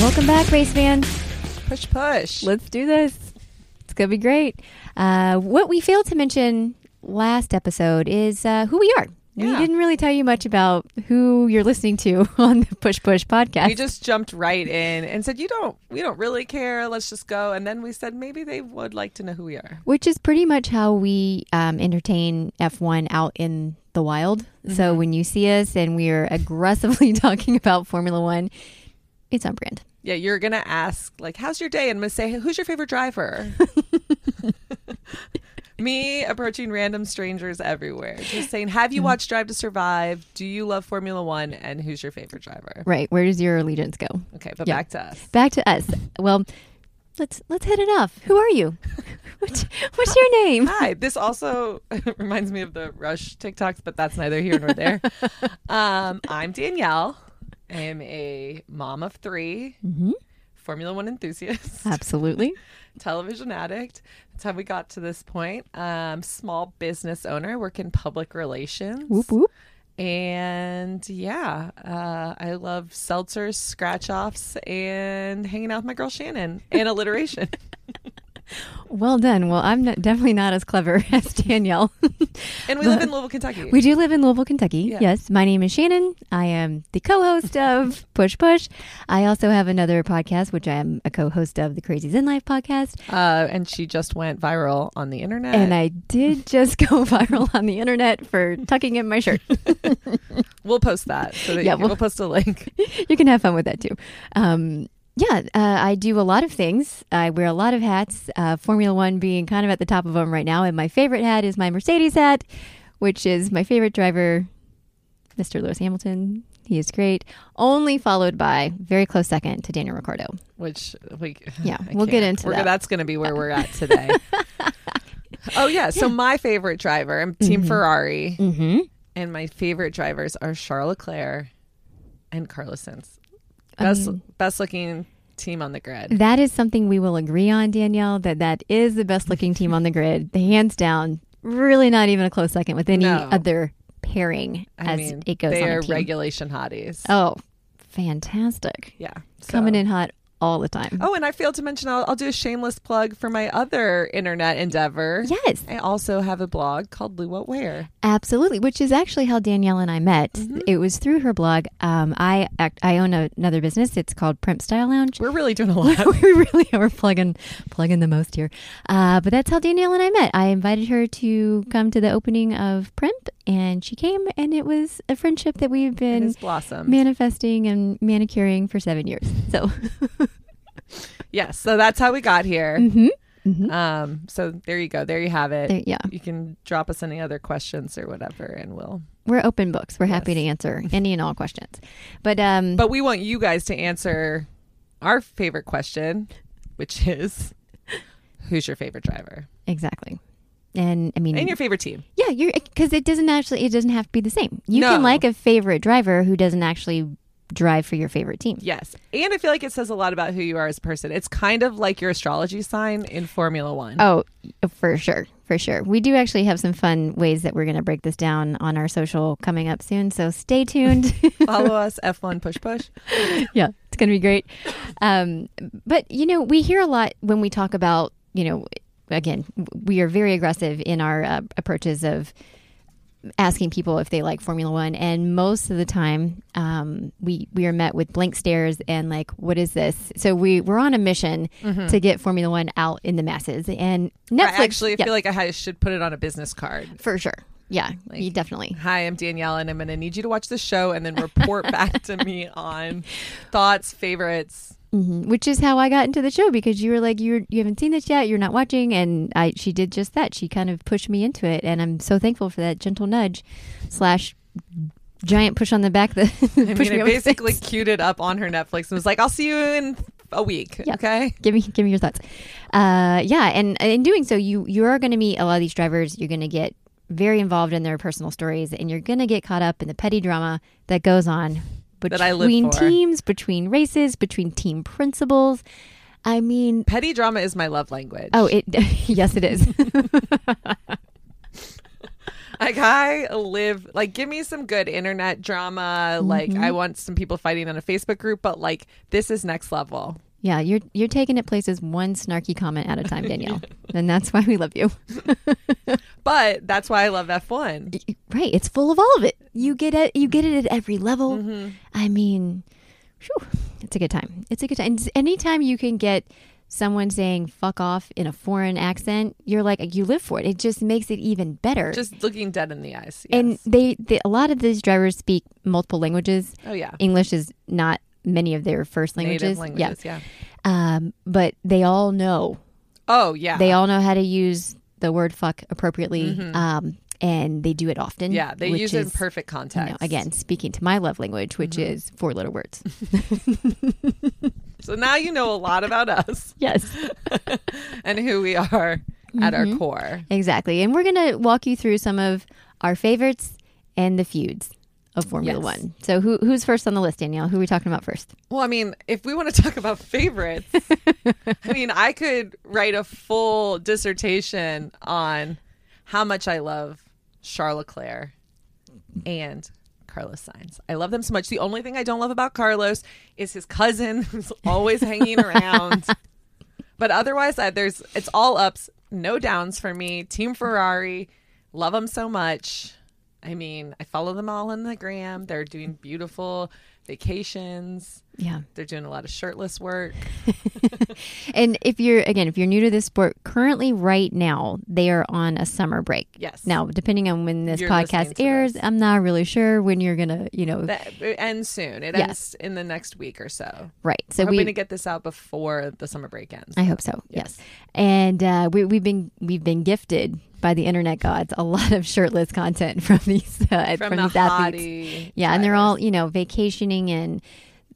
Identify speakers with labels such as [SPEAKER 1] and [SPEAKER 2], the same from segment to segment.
[SPEAKER 1] Welcome back, race fans.
[SPEAKER 2] Push, push.
[SPEAKER 1] Let's do this. It's going to be great. Uh, what we failed to mention last episode is uh, who we are. We
[SPEAKER 2] Yeah.
[SPEAKER 1] didn't really tell you much about who you're listening to on the Push Push podcast.
[SPEAKER 2] we just jumped right in and said, "You don't, we don't really care. Let's just go." And then we said, "Maybe they would like to know who we are."
[SPEAKER 1] which is pretty much how we um, entertain F1 out in the wild. So when you see us and we are aggressively talking about Formula One, it's on brand.
[SPEAKER 2] Yeah, you're gonna ask like, "How's your day?" And I'm gonna say, "Who's your favorite driver?" Me approaching random strangers everywhere, just saying, "Have you watched Drive to Survive? Do you love Formula One? And who's your favorite driver?"
[SPEAKER 1] Right. Where does your allegiance go?
[SPEAKER 2] Okay, but
[SPEAKER 1] Yeah.
[SPEAKER 2] back to us.
[SPEAKER 1] Back to us. Well, let's let's hit it off. Who are you? What's, what's your name?
[SPEAKER 2] Hi. This also reminds me of the Rush TikToks, but that's neither here nor there. um, I'm Danielle. I am a mom of 3
[SPEAKER 1] Mm-hmm.
[SPEAKER 2] Formula One enthusiast,
[SPEAKER 1] Absolutely.
[SPEAKER 2] television addict. That's how we got to this point. Um, small business owner, work in public relations.
[SPEAKER 1] Whoop whoop.
[SPEAKER 2] And yeah, uh, I love seltzers, scratch offs, and hanging out with my girl Shannon and alliteration.
[SPEAKER 1] Well done. Well, I'm not, definitely not as clever as Danielle.
[SPEAKER 2] and we live in Louisville, Kentucky.
[SPEAKER 1] We do live in Louisville, Kentucky.
[SPEAKER 2] Yeah.
[SPEAKER 1] Yes. My name is Shannon. I am the co host of Push Push. I also have another podcast, which I am a co host of the Crazies in Life podcast.
[SPEAKER 2] uh, and she just went viral on the internet.
[SPEAKER 1] And I did just go viral on the internet for tucking in my shirt.
[SPEAKER 2] We'll post that. So that
[SPEAKER 1] Yeah,
[SPEAKER 2] you,
[SPEAKER 1] we'll-
[SPEAKER 2] we'll, post a link.
[SPEAKER 1] you can have fun with that too. Um, yeah, uh, I do a lot of things. I wear a lot of hats, uh, Formula One being kind of at the top of them right now. And my favorite hat is my Mercedes hat, which is my favorite driver, Mr. Lewis Hamilton. He is great. Only followed by very close second to Daniel Ricciardo.
[SPEAKER 2] Which we
[SPEAKER 1] Yeah,
[SPEAKER 2] I
[SPEAKER 1] we'll get
[SPEAKER 2] can't.
[SPEAKER 1] into
[SPEAKER 2] We're-
[SPEAKER 1] that.
[SPEAKER 2] That's going to be where we're at today. oh yeah. So my favorite driver, I'm Team Ferrari,
[SPEAKER 1] Mm-hmm.
[SPEAKER 2] and my favorite drivers are Charles Leclerc and Carlos Sainz.
[SPEAKER 1] I
[SPEAKER 2] Best best looking team on the grid.
[SPEAKER 1] That is something we will agree on, Danielle. That that is the best looking team on the grid, hands down. Really, not even a close second with any
[SPEAKER 2] No.
[SPEAKER 1] other pairing
[SPEAKER 2] I
[SPEAKER 1] as
[SPEAKER 2] mean,
[SPEAKER 1] it goes
[SPEAKER 2] they
[SPEAKER 1] on.
[SPEAKER 2] are
[SPEAKER 1] a team.
[SPEAKER 2] regulation hotties.
[SPEAKER 1] Oh, fantastic.
[SPEAKER 2] Yeah, so-
[SPEAKER 1] Coming in hot all the time.
[SPEAKER 2] Oh, and I failed to mention I'll, I'll do a shameless plug for my other internet endeavor.
[SPEAKER 1] Yes,
[SPEAKER 2] I also have a blog called Lou What Wear.
[SPEAKER 1] absolutely. Which is actually how Danielle and I met.
[SPEAKER 2] Mm-hmm.
[SPEAKER 1] It was through her blog. Um, I act, I own a, another business. It's called Primp Style Lounge.
[SPEAKER 2] We're really doing a lot.
[SPEAKER 1] we really are plugging plugging the most here. Uh, but that's how Danielle and I met. I invited her to come to the opening of Primp, and she came, and it was a friendship that we've
[SPEAKER 2] It
[SPEAKER 1] been
[SPEAKER 2] has blossomed.
[SPEAKER 1] manifesting and manicuring for seven years. So
[SPEAKER 2] Yes, so that's how we got here.
[SPEAKER 1] Mhm. Mhm.
[SPEAKER 2] Um, so there you go. There you have it.
[SPEAKER 1] there- yeah.
[SPEAKER 2] You can drop us any other questions or whatever, and we'll.
[SPEAKER 1] We're open books. We're happy to answer any and all questions. But um
[SPEAKER 2] But we want you guys to answer our favorite question, which is, who's your favorite driver
[SPEAKER 1] exactly. And I mean
[SPEAKER 2] and your favorite team?
[SPEAKER 1] yeah, you're cuz it doesn't actually it doesn't have to be the same. You can
[SPEAKER 2] No.
[SPEAKER 1] like a favorite driver who doesn't actually drive for your favorite team.
[SPEAKER 2] Yes, and I feel like it says a lot about who you are as a person. It's kind of like your astrology sign in Formula One.
[SPEAKER 1] Oh, for sure. For sure. We do actually have some fun ways that we're going to break this down on our social coming up soon, so stay tuned.
[SPEAKER 2] Follow us, F1 Push Push.
[SPEAKER 1] yeah, it's going to be great. Um, but you know, we hear a lot when we talk about you know, again, we are very aggressive in our uh, approaches of asking people if they like Formula One, and most of the time, um, we we are met with blank stares and like, "What is this?" So we we're on a mission
[SPEAKER 2] Mm-hmm.
[SPEAKER 1] to get Formula One out in the masses, and Netflix
[SPEAKER 2] I actually
[SPEAKER 1] yeah,
[SPEAKER 2] feel like I ha- should put it on a business card.
[SPEAKER 1] for sure. Yeah, you definitely.
[SPEAKER 2] Hi, I'm Danielle, and I'm going to need you to watch the show and then report back to me on thoughts, favorites.
[SPEAKER 1] Mhm. Which is how I got into the show because you were like you you haven't seen this yet, you're not watching, and I she did just that. She kind of pushed me into it, and I'm so thankful for that gentle nudge slash giant push on the back that pushed
[SPEAKER 2] I
[SPEAKER 1] me
[SPEAKER 2] mean, I
[SPEAKER 1] over the
[SPEAKER 2] basically
[SPEAKER 1] fence.
[SPEAKER 2] queued it up on her Netflix and was like, "I'll see you in a week."
[SPEAKER 1] Yeah.
[SPEAKER 2] Okay.
[SPEAKER 1] Give me give me your thoughts. Uh, yeah, and in doing so, you you are going to meet a lot of these drivers. You're going to get very involved in their personal stories, and you're going to get caught up in the petty drama that goes on between
[SPEAKER 2] That I live for.
[SPEAKER 1] teams, between races, between team principals. I mean,
[SPEAKER 2] Petty drama is my love language.
[SPEAKER 1] Oh, it yes, it is.
[SPEAKER 2] Like I live like give me some good internet drama. Like
[SPEAKER 1] Mm-hmm.
[SPEAKER 2] I want some people fighting on a Facebook group, but like this is next level.
[SPEAKER 1] Yeah, you're you're taking it places one snarky comment at a time, Danielle, and that's why we love you.
[SPEAKER 2] But that's why I love F1.
[SPEAKER 1] Right, it's full of all of it. You get it. You get it at every level. I mean, whew, it's a good time. It's a good time. And s- anytime you can get someone saying "fuck off" in a foreign accent, you're like you live for it. It just makes it even better.
[SPEAKER 2] Just looking dead in the eyes. Yes.
[SPEAKER 1] and they, they a lot of these drivers speak multiple languages.
[SPEAKER 2] oh yeah.
[SPEAKER 1] English is not many of their first languages.
[SPEAKER 2] Native
[SPEAKER 1] Yeah.
[SPEAKER 2] languages, yeah.
[SPEAKER 1] Um, but they all know
[SPEAKER 2] Oh yeah. Mm-hmm.
[SPEAKER 1] they all know how to use the word fuck appropriately um, and they do it often
[SPEAKER 2] yeah, they
[SPEAKER 1] which
[SPEAKER 2] use it in
[SPEAKER 1] is,
[SPEAKER 2] perfect Mm-hmm.
[SPEAKER 1] you know,
[SPEAKER 2] context.
[SPEAKER 1] again speaking to my love language which is four letter words
[SPEAKER 2] So now you know a lot about us
[SPEAKER 1] yes
[SPEAKER 2] and who we are at our core.
[SPEAKER 1] exactly and we're going to walk you through some of our favorites and the feuds of formula
[SPEAKER 2] Yes.
[SPEAKER 1] one so who, who's first on the list danielle who are we talking about first
[SPEAKER 2] Well, I mean, if we want to talk about favorites, I mean, I could write a full dissertation on how much I love Charlotte Claire and Carlos Sainz. I love them so much. The only thing I don't love about Carlos is his cousin who's always hanging around. But otherwise, I, there's it's all ups, no downs for me. Team Ferrari, love them so much. I mean, I follow them all on the gram. They're doing beautiful vacations.
[SPEAKER 1] yeah
[SPEAKER 2] They're doing a lot of shirtless work.
[SPEAKER 1] and if you're again if you're new to this sport currently right now they are on a summer break
[SPEAKER 2] Yes.
[SPEAKER 1] now depending on when this
[SPEAKER 2] You're listening
[SPEAKER 1] podcast
[SPEAKER 2] to
[SPEAKER 1] airs
[SPEAKER 2] this.
[SPEAKER 1] i'm not really sure when you're gonna you know
[SPEAKER 2] That, it ends soon. It
[SPEAKER 1] Yes.
[SPEAKER 2] ends in the next week or so.
[SPEAKER 1] right so
[SPEAKER 2] Hoping
[SPEAKER 1] we
[SPEAKER 2] to get this out before the summer break ends.
[SPEAKER 1] I hope so. Yes, and uh, we, we've been we've been gifted by the internet gods a lot of shirtless content from these uh,
[SPEAKER 2] From,
[SPEAKER 1] from,
[SPEAKER 2] the
[SPEAKER 1] these athletes.
[SPEAKER 2] hottie.
[SPEAKER 1] Yeah, and they're
[SPEAKER 2] drivers.
[SPEAKER 1] all you know vacationing in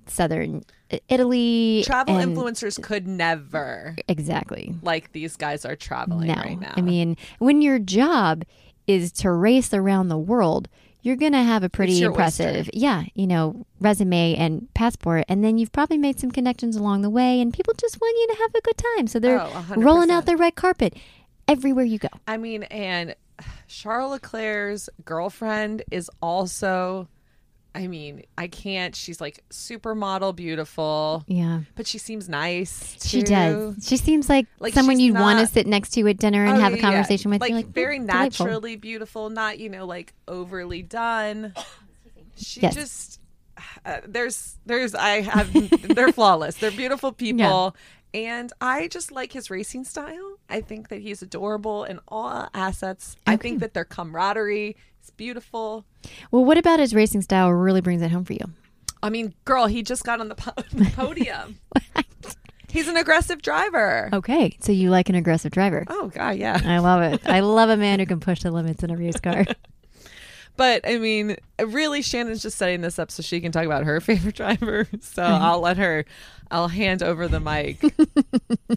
[SPEAKER 1] southern I- Italy.
[SPEAKER 2] travel
[SPEAKER 1] and-
[SPEAKER 2] influencers could never
[SPEAKER 1] Exactly.
[SPEAKER 2] like these guys are traveling
[SPEAKER 1] no,
[SPEAKER 2] right now.
[SPEAKER 1] I mean when your job is to race around the world. You're gonna have a pretty
[SPEAKER 2] your
[SPEAKER 1] impressive, yeah, you know, resume and passport, and then you've probably made some connections along the way, and people just want you to have a good time, so they're
[SPEAKER 2] Oh, 100%.
[SPEAKER 1] rolling out their red carpet everywhere you go.
[SPEAKER 2] I mean, and Charlotte Claire's girlfriend is also. I mean, I can't. She's like supermodel, beautiful,
[SPEAKER 1] Yeah.
[SPEAKER 2] but she seems nice. Too.
[SPEAKER 1] She does. She seems like,
[SPEAKER 2] Like,
[SPEAKER 1] someone
[SPEAKER 2] she's
[SPEAKER 1] you'd want to
[SPEAKER 2] not-
[SPEAKER 1] sit next to at dinner and
[SPEAKER 2] Oh,
[SPEAKER 1] have a
[SPEAKER 2] yeah, yeah.
[SPEAKER 1] conversation with.
[SPEAKER 2] Like,
[SPEAKER 1] You're like "Mm,
[SPEAKER 2] very
[SPEAKER 1] delightful."
[SPEAKER 2] naturally beautiful, not you know like overly done. She
[SPEAKER 1] Yes.
[SPEAKER 2] just uh, there's there's I have they're flawless. They're beautiful people. And I just like his racing style. I think that he's adorable in all assets. I think that their camaraderie is beautiful.
[SPEAKER 1] Well, what about his racing style really brings it home for you?
[SPEAKER 2] I mean, girl, he just got on the, po- the podium. he's an aggressive driver.
[SPEAKER 1] Okay, so you like an aggressive driver.
[SPEAKER 2] Oh god, yeah.
[SPEAKER 1] I love it. I love a man who can push the limits in a race car.
[SPEAKER 2] But I mean, really, Shannon's just setting this up so she can talk about her favorite driver. So I'll let her, I'll hand over the mic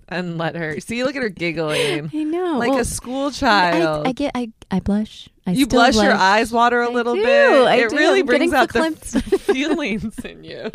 [SPEAKER 2] and let her see. Look at her giggling
[SPEAKER 1] I know.
[SPEAKER 2] like
[SPEAKER 1] Well,
[SPEAKER 2] a school
[SPEAKER 1] I,
[SPEAKER 2] child.
[SPEAKER 1] I get. I, I blush. I
[SPEAKER 2] you
[SPEAKER 1] still
[SPEAKER 2] blush, your eyes water a little
[SPEAKER 1] do,
[SPEAKER 2] bit.
[SPEAKER 1] I
[SPEAKER 2] it
[SPEAKER 1] do.
[SPEAKER 2] really
[SPEAKER 1] I'm
[SPEAKER 2] brings
[SPEAKER 1] getting
[SPEAKER 2] out the
[SPEAKER 1] verklempt.
[SPEAKER 2] feelings in you.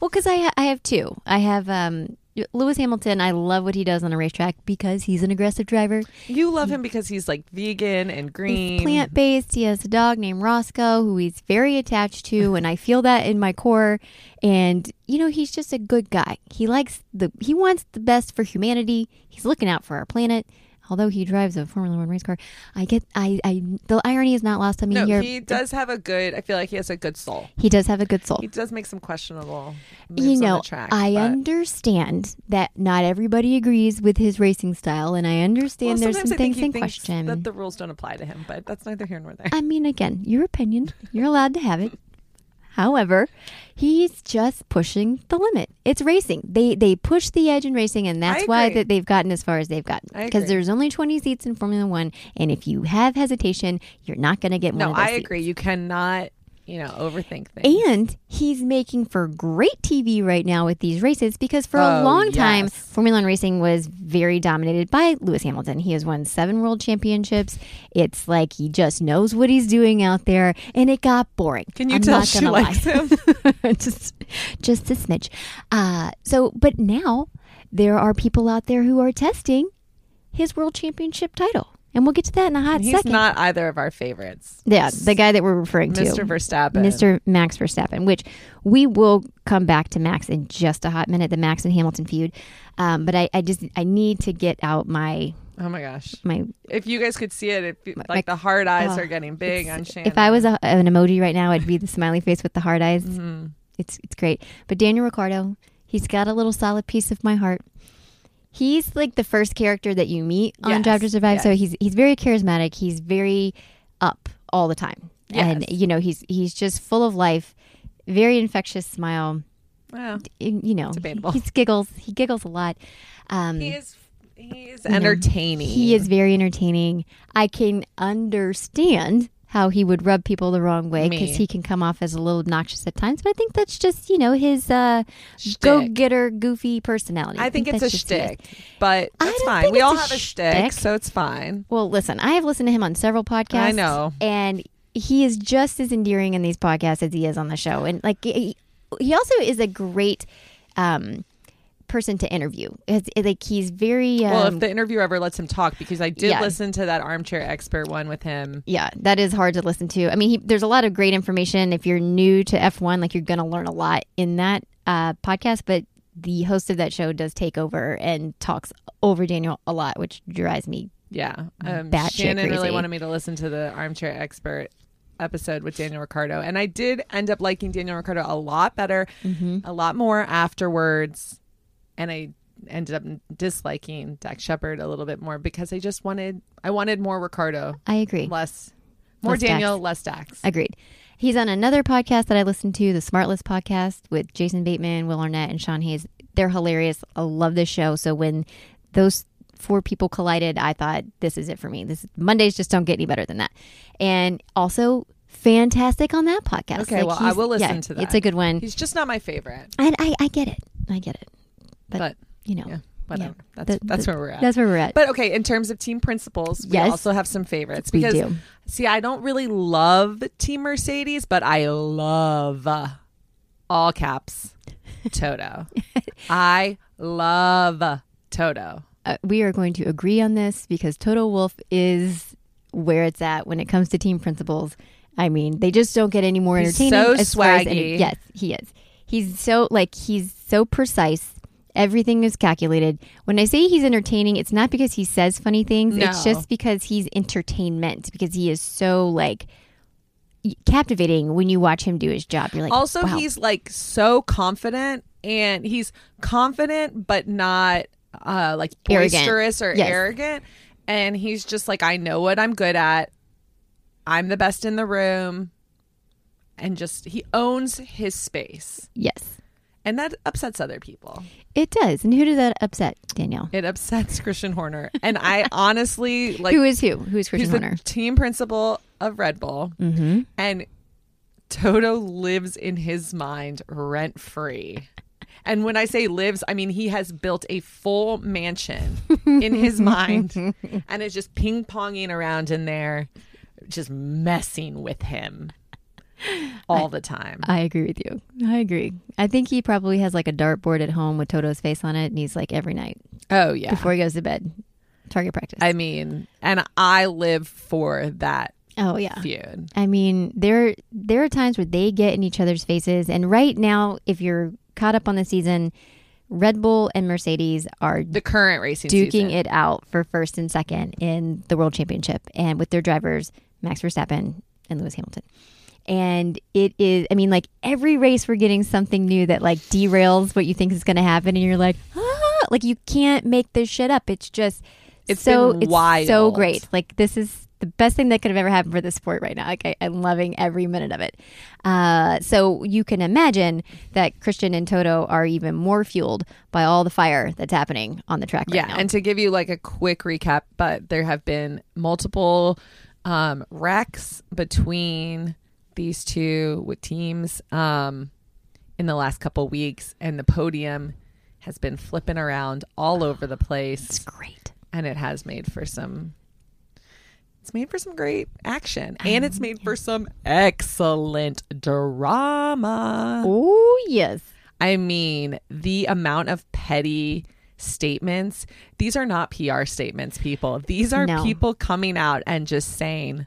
[SPEAKER 1] Well, because I ha- I have two. I have um Lewis Hamilton. I love what he does on a racetrack because he's an aggressive driver.
[SPEAKER 2] You love him because he's like vegan and green.
[SPEAKER 1] He's plant based. He has a dog named Roscoe who he's very attached to, and I feel that in my core. And you know, he's just a good guy. He likes the he wants the best for humanity. He's looking out for our planet. Although he drives a Formula One race car, I get I, I the irony is not lost on me
[SPEAKER 2] No,
[SPEAKER 1] here.
[SPEAKER 2] he does have a good. I feel like he has a good soul.
[SPEAKER 1] He does have a good soul.
[SPEAKER 2] He does make some questionable. Moves
[SPEAKER 1] you
[SPEAKER 2] on
[SPEAKER 1] know,
[SPEAKER 2] the track,
[SPEAKER 1] I
[SPEAKER 2] but-
[SPEAKER 1] understand that not everybody agrees with his racing style, and I understand
[SPEAKER 2] Well,
[SPEAKER 1] there's
[SPEAKER 2] sometimes
[SPEAKER 1] some
[SPEAKER 2] I think
[SPEAKER 1] things
[SPEAKER 2] he
[SPEAKER 1] in
[SPEAKER 2] thinks
[SPEAKER 1] question. Oh,
[SPEAKER 2] that the rules don't apply to him, but that's neither here nor there.
[SPEAKER 1] I mean, again, your opinion, you're allowed to have it. However, he's just pushing the limit. It's racing. They they push the edge in racing, and that's
[SPEAKER 2] I
[SPEAKER 1] why
[SPEAKER 2] agree.
[SPEAKER 1] that they've gotten as far as they've gotten.
[SPEAKER 2] I
[SPEAKER 1] Because
[SPEAKER 2] agree.
[SPEAKER 1] there's only 20 seats in Formula One, and if you have hesitation, you're not going to get one.
[SPEAKER 2] No,
[SPEAKER 1] of those
[SPEAKER 2] I
[SPEAKER 1] seats.
[SPEAKER 2] agree. You cannot, you know, overthink things.
[SPEAKER 1] And he's making for great TV right now with these races because for a
[SPEAKER 2] Oh,
[SPEAKER 1] long time,
[SPEAKER 2] yes.
[SPEAKER 1] Formula One racing was very dominated by Lewis Hamilton. He has won seven world championships. It's like he just knows what he's doing out there, and it got boring.
[SPEAKER 2] Can you
[SPEAKER 1] I'm
[SPEAKER 2] tell
[SPEAKER 1] not
[SPEAKER 2] she
[SPEAKER 1] gonna lie.
[SPEAKER 2] likes him?
[SPEAKER 1] just, just a smidge. Uh, so, but now there are people out there who are testing his world championship title. and we'll get to that in a hot
[SPEAKER 2] He's
[SPEAKER 1] second.
[SPEAKER 2] not either of our favorites.
[SPEAKER 1] yeah, the guy that we're referring to,
[SPEAKER 2] Mr. Verstappen.
[SPEAKER 1] Mr. Max Verstappen, which we will come back to Max in just a hot minute, the Max and Hamilton feud. Um, but I, I just I need to get out my
[SPEAKER 2] Oh my gosh.
[SPEAKER 1] my
[SPEAKER 2] If you guys could see it, it fe-
[SPEAKER 1] my-
[SPEAKER 2] like the hard eyes
[SPEAKER 1] oh,
[SPEAKER 2] are getting big on Shannon.
[SPEAKER 1] if I was a, an emoji right now, I'd be the smiley face with the hard eyes.
[SPEAKER 2] Mm-hmm.
[SPEAKER 1] It's it's great. But Daniel Ricardo, he's got a little solid piece of my heart. He's like the first character that you meet on
[SPEAKER 2] Yes,
[SPEAKER 1] Drive to Survive, so
[SPEAKER 2] yes.
[SPEAKER 1] he's he's very charismatic. He's very up all the time, and
[SPEAKER 2] Yes.
[SPEAKER 1] you know he's he's just full of life, very infectious smile.
[SPEAKER 2] Well,
[SPEAKER 1] And, You know,
[SPEAKER 2] Debatable.
[SPEAKER 1] he he's giggles. He giggles a lot. Um,
[SPEAKER 2] he is he is entertaining.
[SPEAKER 1] he is very entertaining. I can understand how he would rub people the wrong way
[SPEAKER 2] Me.
[SPEAKER 1] because he can come off as a little obnoxious at times. But I think that's just you know his uh, go-getter, goofy personality.
[SPEAKER 2] I think it's a
[SPEAKER 1] that's just who he is.
[SPEAKER 2] shtick, but
[SPEAKER 1] I
[SPEAKER 2] it's
[SPEAKER 1] don't
[SPEAKER 2] fine.
[SPEAKER 1] think
[SPEAKER 2] We
[SPEAKER 1] it's
[SPEAKER 2] all
[SPEAKER 1] a
[SPEAKER 2] have a
[SPEAKER 1] shtick.
[SPEAKER 2] shtick, so it's fine.
[SPEAKER 1] Well, listen, I have listened to him on several podcasts.
[SPEAKER 2] I know.
[SPEAKER 1] and he is just as endearing in these podcasts as he is on the show. And like, he he also is a great. Um, person to interview it's, it- like he's very um,
[SPEAKER 2] well, if the interviewer ever lets him talk, because I did
[SPEAKER 1] yeah.
[SPEAKER 2] listen to that armchair expert one with him.
[SPEAKER 1] Yeah, that is hard to listen to. I mean, he, there's a lot of great information. If you're new to F1, like you're going to learn a lot in that uh, podcast, but the host of that show does take over and talks over Daniel a lot, which drives me.
[SPEAKER 2] Yeah, um,
[SPEAKER 1] Batshit
[SPEAKER 2] Shannon really
[SPEAKER 1] crazy.
[SPEAKER 2] wanted me to listen to the armchair expert episode with Daniel Ricardo, and I did end up liking Daniel Ricardo a lot better,
[SPEAKER 1] Mm-hmm.
[SPEAKER 2] a lot more afterwards, and I ended up disliking Dak Shepard a little bit more because I just wanted I wanted more Ricardo,
[SPEAKER 1] I agree.
[SPEAKER 2] less more
[SPEAKER 1] Less Dax.
[SPEAKER 2] Daniel, less Dax.
[SPEAKER 1] Agreed. He's on another podcast that I listen to, the Smartless podcast with Jason Bateman, Will Arnett, and Sean Hayes. They're hilarious. I love this show. So when those four people collided, I thought this is it for me. This Mondays just don't get any better than that. And also fantastic on that podcast.
[SPEAKER 2] Okay, well, I
[SPEAKER 1] he's-
[SPEAKER 2] will listen to that.
[SPEAKER 1] It's a good one.
[SPEAKER 2] He's just not my favorite,
[SPEAKER 1] And I, I get it. I get it. But,
[SPEAKER 2] but,
[SPEAKER 1] you know,
[SPEAKER 2] yeah, whatever.
[SPEAKER 1] the-
[SPEAKER 2] That's that's
[SPEAKER 1] the-
[SPEAKER 2] where we're at.
[SPEAKER 1] that's where we're at.
[SPEAKER 2] But okay, in terms of team principles, we
[SPEAKER 1] Yes.
[SPEAKER 2] also have some favorites
[SPEAKER 1] We
[SPEAKER 2] because
[SPEAKER 1] do.
[SPEAKER 2] see, I don't really love Team Mercedes, but I love uh, all caps Toto. I love Toto.
[SPEAKER 1] uh, we are going to agree on this because Toto Wolf is where it's at when it comes to team principles. I mean, they just don't get any more
[SPEAKER 2] He's
[SPEAKER 1] entertaining.
[SPEAKER 2] so
[SPEAKER 1] as far as any-
[SPEAKER 2] swaggy.
[SPEAKER 1] yes, he is. He's so like he's so precise. Everything is calculated. When I say he's entertaining, it's not because he says funny things. It's
[SPEAKER 2] No.
[SPEAKER 1] just because he's entertainment. Because he is so like captivating when you watch him do his job. You're like,
[SPEAKER 2] Also,
[SPEAKER 1] wow.
[SPEAKER 2] he's like so confident, and he's confident but not uh, like
[SPEAKER 1] Arrogant.
[SPEAKER 2] boisterous or
[SPEAKER 1] Yes.
[SPEAKER 2] arrogant. And he's just like, I know what I'm good at. I'm the best in the room, and just he owns his space,
[SPEAKER 1] yes,
[SPEAKER 2] and that upsets other people.
[SPEAKER 1] it does. And who did that upset, Danielle?
[SPEAKER 2] It upsets Christian Horner, and I honestly like
[SPEAKER 1] who is who? Who is Christian
[SPEAKER 2] he's
[SPEAKER 1] Horner?
[SPEAKER 2] the team principal of Red Bull, and Toto lives in his mind rent free. And when I say lives, I mean he has built a full mansion in his mind, and is just ping ponging around in there, just messing with him all the time.
[SPEAKER 1] I agree with you. I agree. I think he probably has like a dartboard at home with Toto's face on it, and he's like every night
[SPEAKER 2] Oh yeah,
[SPEAKER 1] before he goes to bed, target practice.
[SPEAKER 2] I mean, and I live for that
[SPEAKER 1] oh yeah.
[SPEAKER 2] feud.
[SPEAKER 1] I mean, there there are times where they get in each other's faces, and right now, if you're caught up on the season, Red Bull and Mercedes are
[SPEAKER 2] The current racing
[SPEAKER 1] duking
[SPEAKER 2] season.
[SPEAKER 1] it out for first and second in the World Championship, and with their drivers Max Verstappen and Lewis Hamilton. And it is, I mean, like every race, we're getting something new that like derails what you think is going to happen, and you're like, ah, like you can't make this shit up. It's just,
[SPEAKER 2] It's
[SPEAKER 1] so
[SPEAKER 2] been
[SPEAKER 1] it's so
[SPEAKER 2] wild.
[SPEAKER 1] great. Like this is the best thing that could have ever happened for the sport right now. Like I, I'm loving every minute of it. Uh, so you can imagine that Christian and Toto are even more fueled by all the fire that's happening on the track right
[SPEAKER 2] Yeah,
[SPEAKER 1] now.
[SPEAKER 2] and to give you like a quick recap, but there have been multiple um, wrecks between these two with teams um, in the last couple weeks, and the podium has been flipping around all over the place,
[SPEAKER 1] It's great.
[SPEAKER 2] and it has made for some. It's made for some great action, and it's made for some excellent drama.
[SPEAKER 1] Oh yes.
[SPEAKER 2] I mean, the amount of petty statements. These are not PR statements, people. These are
[SPEAKER 1] No.
[SPEAKER 2] people coming out and just saying,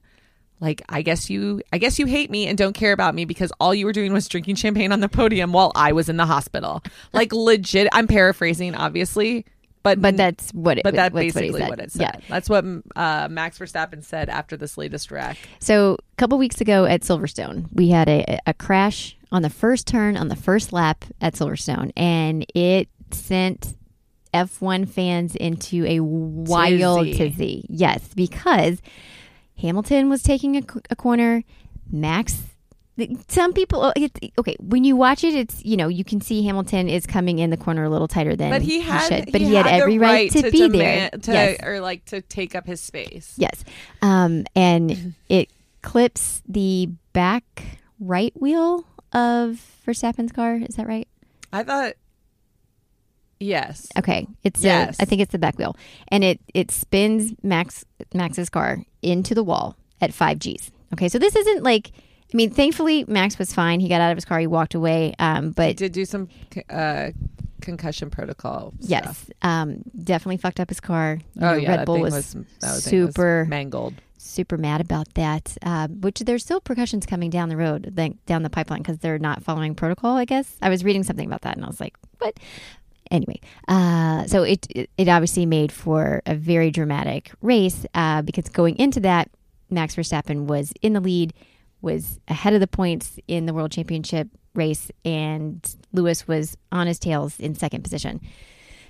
[SPEAKER 2] like, I guess you, I guess you hate me and don't care about me because all you were doing was drinking champagne on the podium while I was in the hospital. Like, legit. I'm paraphrasing, obviously, but
[SPEAKER 1] But that's what it,
[SPEAKER 2] but that's
[SPEAKER 1] what's
[SPEAKER 2] basically
[SPEAKER 1] what,
[SPEAKER 2] what,
[SPEAKER 1] he
[SPEAKER 2] it said. That's what uh, Max Verstappen said after this latest wreck.
[SPEAKER 1] So a couple weeks ago at Silverstone, we had a, a crash on the first turn on the first lap at Silverstone, and it sent F1 fans into a wild
[SPEAKER 2] Tizzy.
[SPEAKER 1] tizzy. Yes, because Hamilton was taking a, c- a corner. Max, some people, oh, it, okay, when you watch it, it's, you know, you can see Hamilton is coming in the corner a little tighter than
[SPEAKER 2] But he had,
[SPEAKER 1] should. But he, had,
[SPEAKER 2] the
[SPEAKER 1] every right, to, be
[SPEAKER 2] demand-
[SPEAKER 1] there.
[SPEAKER 2] to,
[SPEAKER 1] yes.
[SPEAKER 2] or like to take up his space.
[SPEAKER 1] Yes. Um, and it clips the back right wheel of Verstappen's car. Is that right?
[SPEAKER 2] I thought, yes,
[SPEAKER 1] Okay. It's the-
[SPEAKER 2] Yes.
[SPEAKER 1] I think it's the back wheel, and it it spins Max Max's car into the wall at five G's. Okay. So this isn't like. I mean, thankfully, Max was fine. He got out of his car. He walked away. Um, but
[SPEAKER 2] did do some uh, concussion protocol. stuff.
[SPEAKER 1] yes, um, definitely fucked up his car. You
[SPEAKER 2] Oh
[SPEAKER 1] know,
[SPEAKER 2] yeah,
[SPEAKER 1] Red
[SPEAKER 2] that
[SPEAKER 1] Bull
[SPEAKER 2] thing
[SPEAKER 1] was,
[SPEAKER 2] that was- thing was
[SPEAKER 1] super
[SPEAKER 2] mangled.
[SPEAKER 1] super mad about that. Uh, which there's still repercussions coming down the road, like down the pipeline, because they're not following protocol. I guess I was reading something about that, and I was like, what? Anyway, uh, so it, it it obviously made for a very dramatic race uh, because going into that, Max Verstappen was in the lead, was ahead of the points in the World Championship race, and Lewis was on his tails in second position.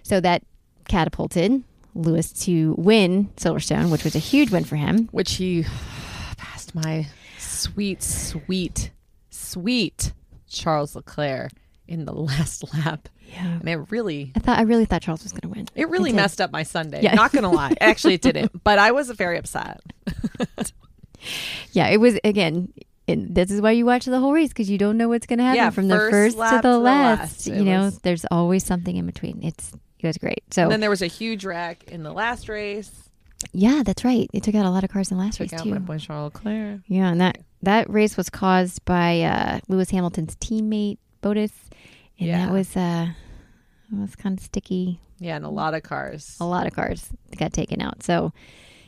[SPEAKER 1] So that catapulted Lewis to win Silverstone, which was a huge win for him.
[SPEAKER 2] which he passed my sweet, sweet, sweet Charles Leclerc in the last lap,
[SPEAKER 1] Yeah.
[SPEAKER 2] and it really.
[SPEAKER 1] I thought I really thought Charles was going to win.
[SPEAKER 2] It really
[SPEAKER 1] did.
[SPEAKER 2] messed up my Sunday.
[SPEAKER 1] Yeah.
[SPEAKER 2] Not gonna lie, actually, it didn't. But I was very upset.
[SPEAKER 1] Yeah, it was again. And this is why you watch the whole race because you don't know what's going to happen
[SPEAKER 2] Yeah,
[SPEAKER 1] from the
[SPEAKER 2] first
[SPEAKER 1] first
[SPEAKER 2] lap
[SPEAKER 1] to the last.
[SPEAKER 2] It
[SPEAKER 1] you know,
[SPEAKER 2] was-
[SPEAKER 1] there's always something in between. It's it was great. So
[SPEAKER 2] And then there was a huge wreck in the last race.
[SPEAKER 1] yeah, that's right. It took out a lot of cars in the last
[SPEAKER 2] Check
[SPEAKER 1] race
[SPEAKER 2] out
[SPEAKER 1] too.
[SPEAKER 2] my boy Charles Leclerc.
[SPEAKER 1] Yeah, and that that race was caused by uh, Lewis Hamilton's teammate Botus, and
[SPEAKER 2] Yeah.
[SPEAKER 1] that was uh, it was kind of sticky.
[SPEAKER 2] Yeah, and a lot of cars.
[SPEAKER 1] a lot of cars got taken out. So,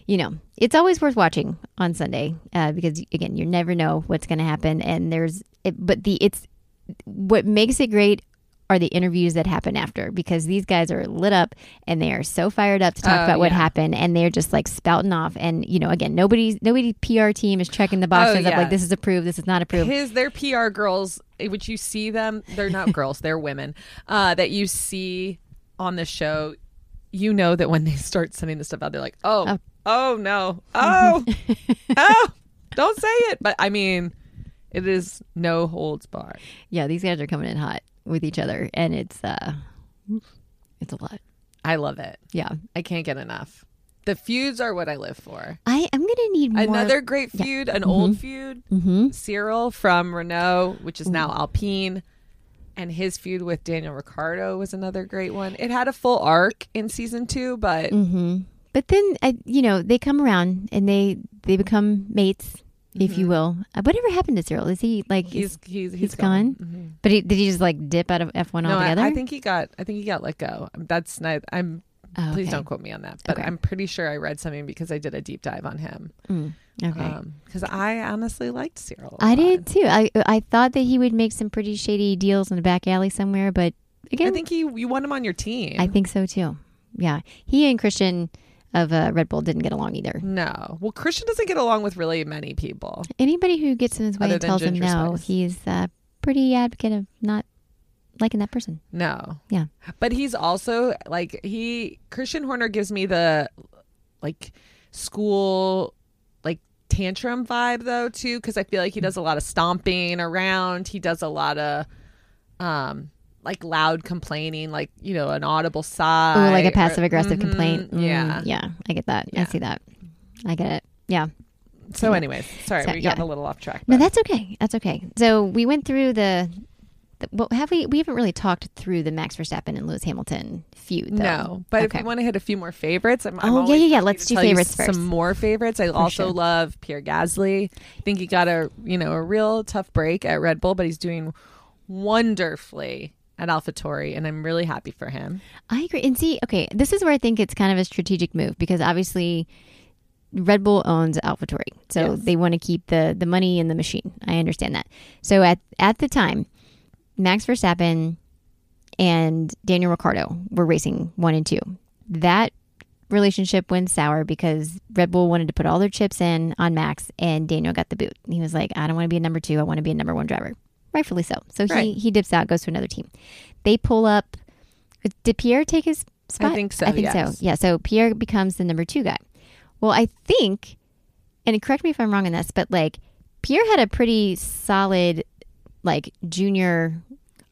[SPEAKER 1] you know, it's always worth watching on Sunday uh, because again, you never know what's going to happen. And there's, it, but the it's what makes it great are the interviews that happen after because these guys are lit up and they are so fired up to talk
[SPEAKER 2] Oh,
[SPEAKER 1] about what
[SPEAKER 2] yeah.
[SPEAKER 1] happened and they're just like spouting off and you know again nobody's nobody PR team is checking the boxes up
[SPEAKER 2] Oh, yeah.
[SPEAKER 1] like this is approved this is not approved
[SPEAKER 2] His their PR girls, eh, which you see them, they're not girls, they're women, uh, that you see on the show, you know that when they start sending this stuff out, they're like, Oh, oh, no. Oh, oh, don't say it. But I mean, it is no holds barred.
[SPEAKER 1] yeah these guys are coming in hot with each other and it's uh it's a lot
[SPEAKER 2] I love it.
[SPEAKER 1] yeah
[SPEAKER 2] I can't get enough. The feuds are what I live for.
[SPEAKER 1] I I'm gonna need more Mm-hmm.
[SPEAKER 2] Another great feud, an old feud.
[SPEAKER 1] Mhm.
[SPEAKER 2] Cyril from Renault, which is
[SPEAKER 1] Mm-hmm.
[SPEAKER 2] now Alpine, and his feud with Daniel Ricciardo was another great one. It had a full arc in season two, but
[SPEAKER 1] hmm But then, I, you know, they come around and they they become mates, if you will. Uh, whatever happened to Cyril? Is he like? is-
[SPEAKER 2] Mm-hmm. he's he's Mm-hmm.
[SPEAKER 1] he's gone. But he, did he just like dip out of F one
[SPEAKER 2] No, I,
[SPEAKER 1] altogether?
[SPEAKER 2] I think he got. I think he got let go. That's not. I'm.
[SPEAKER 1] Oh,
[SPEAKER 2] Please
[SPEAKER 1] okay.
[SPEAKER 2] don't quote me on that. But
[SPEAKER 1] Okay.
[SPEAKER 2] I'm pretty sure I read something because I did a deep dive on him.
[SPEAKER 1] Mm, okay.
[SPEAKER 2] Because I honestly liked Cyril. a
[SPEAKER 1] I
[SPEAKER 2] lot.
[SPEAKER 1] did too. I I thought that he would make some pretty shady deals in the back alley somewhere, but again,
[SPEAKER 2] I think he. You want him on your team.
[SPEAKER 1] I think so too. Yeah, he and Christian of uh, Red Bull didn't get along either.
[SPEAKER 2] no. Well, Christian doesn't get along with really many people.
[SPEAKER 1] Anybody who gets in his way
[SPEAKER 2] Other
[SPEAKER 1] and
[SPEAKER 2] than
[SPEAKER 1] tells him
[SPEAKER 2] Ginger
[SPEAKER 1] no,
[SPEAKER 2] Spice.
[SPEAKER 1] he's uh, pretty advocate of not liking that person.
[SPEAKER 2] No.
[SPEAKER 1] Yeah.
[SPEAKER 2] But he's also like he Christian Horner gives me the like school like tantrum vibe though too cuz I feel
[SPEAKER 1] Mm.
[SPEAKER 2] like he does a lot of stomping around. He does a lot of um like loud complaining, like, you know, an audible sigh.
[SPEAKER 1] Oh, like
[SPEAKER 2] or-
[SPEAKER 1] a passive aggressive
[SPEAKER 2] Mhm,
[SPEAKER 1] complaint. Mm,
[SPEAKER 2] yeah.
[SPEAKER 1] Yeah. I get that. I
[SPEAKER 2] Yeah.
[SPEAKER 1] see that. I get it. Yeah.
[SPEAKER 2] So anyways, sorry,
[SPEAKER 1] So,
[SPEAKER 2] we got
[SPEAKER 1] yeah.
[SPEAKER 2] a little off track.
[SPEAKER 1] No,
[SPEAKER 2] but-
[SPEAKER 1] that's okay. That's okay. So we went through the, the well, have we, we haven't really talked through the Max Verstappen and Lewis Hamilton feud though.
[SPEAKER 2] No, but if
[SPEAKER 1] Okay.
[SPEAKER 2] you want to hit a few more favorites, I'm,
[SPEAKER 1] Oh,
[SPEAKER 2] I'm
[SPEAKER 1] yeah,
[SPEAKER 2] always
[SPEAKER 1] yeah, yeah.
[SPEAKER 2] happy
[SPEAKER 1] Let's
[SPEAKER 2] to
[SPEAKER 1] do
[SPEAKER 2] tell you
[SPEAKER 1] favorites first.
[SPEAKER 2] Some more favorites. I also
[SPEAKER 1] sure.
[SPEAKER 2] love Pierre Gasly. I think he got a you know a real tough break at Red Bull, but he's doing wonderfully at AlphaTauri, and I'm really happy for him.
[SPEAKER 1] I agree. And see, okay, this is where I think it's kind of a strategic move because obviously Red Bull owns AlphaTauri. So
[SPEAKER 2] Yes.
[SPEAKER 1] they want to keep the the money in the machine. I understand that. So at at the time, Max Verstappen and Daniel Ricciardo were racing 1 and 2. That relationship went sour because Red Bull wanted to put all their chips in on Max and Daniel got the boot. He was like, I don't want to be a number 2. I want to be a number 1 driver. Rightfully so. So he
[SPEAKER 2] Right.
[SPEAKER 1] he dips out, goes to another team. They pull up did Pierre take his spot?
[SPEAKER 2] I think so.
[SPEAKER 1] I think
[SPEAKER 2] yes.
[SPEAKER 1] so. Yeah. So Pierre becomes the number two guy. Well, I think, and correct me if I'm wrong on this, but like Pierre had a pretty solid, like junior.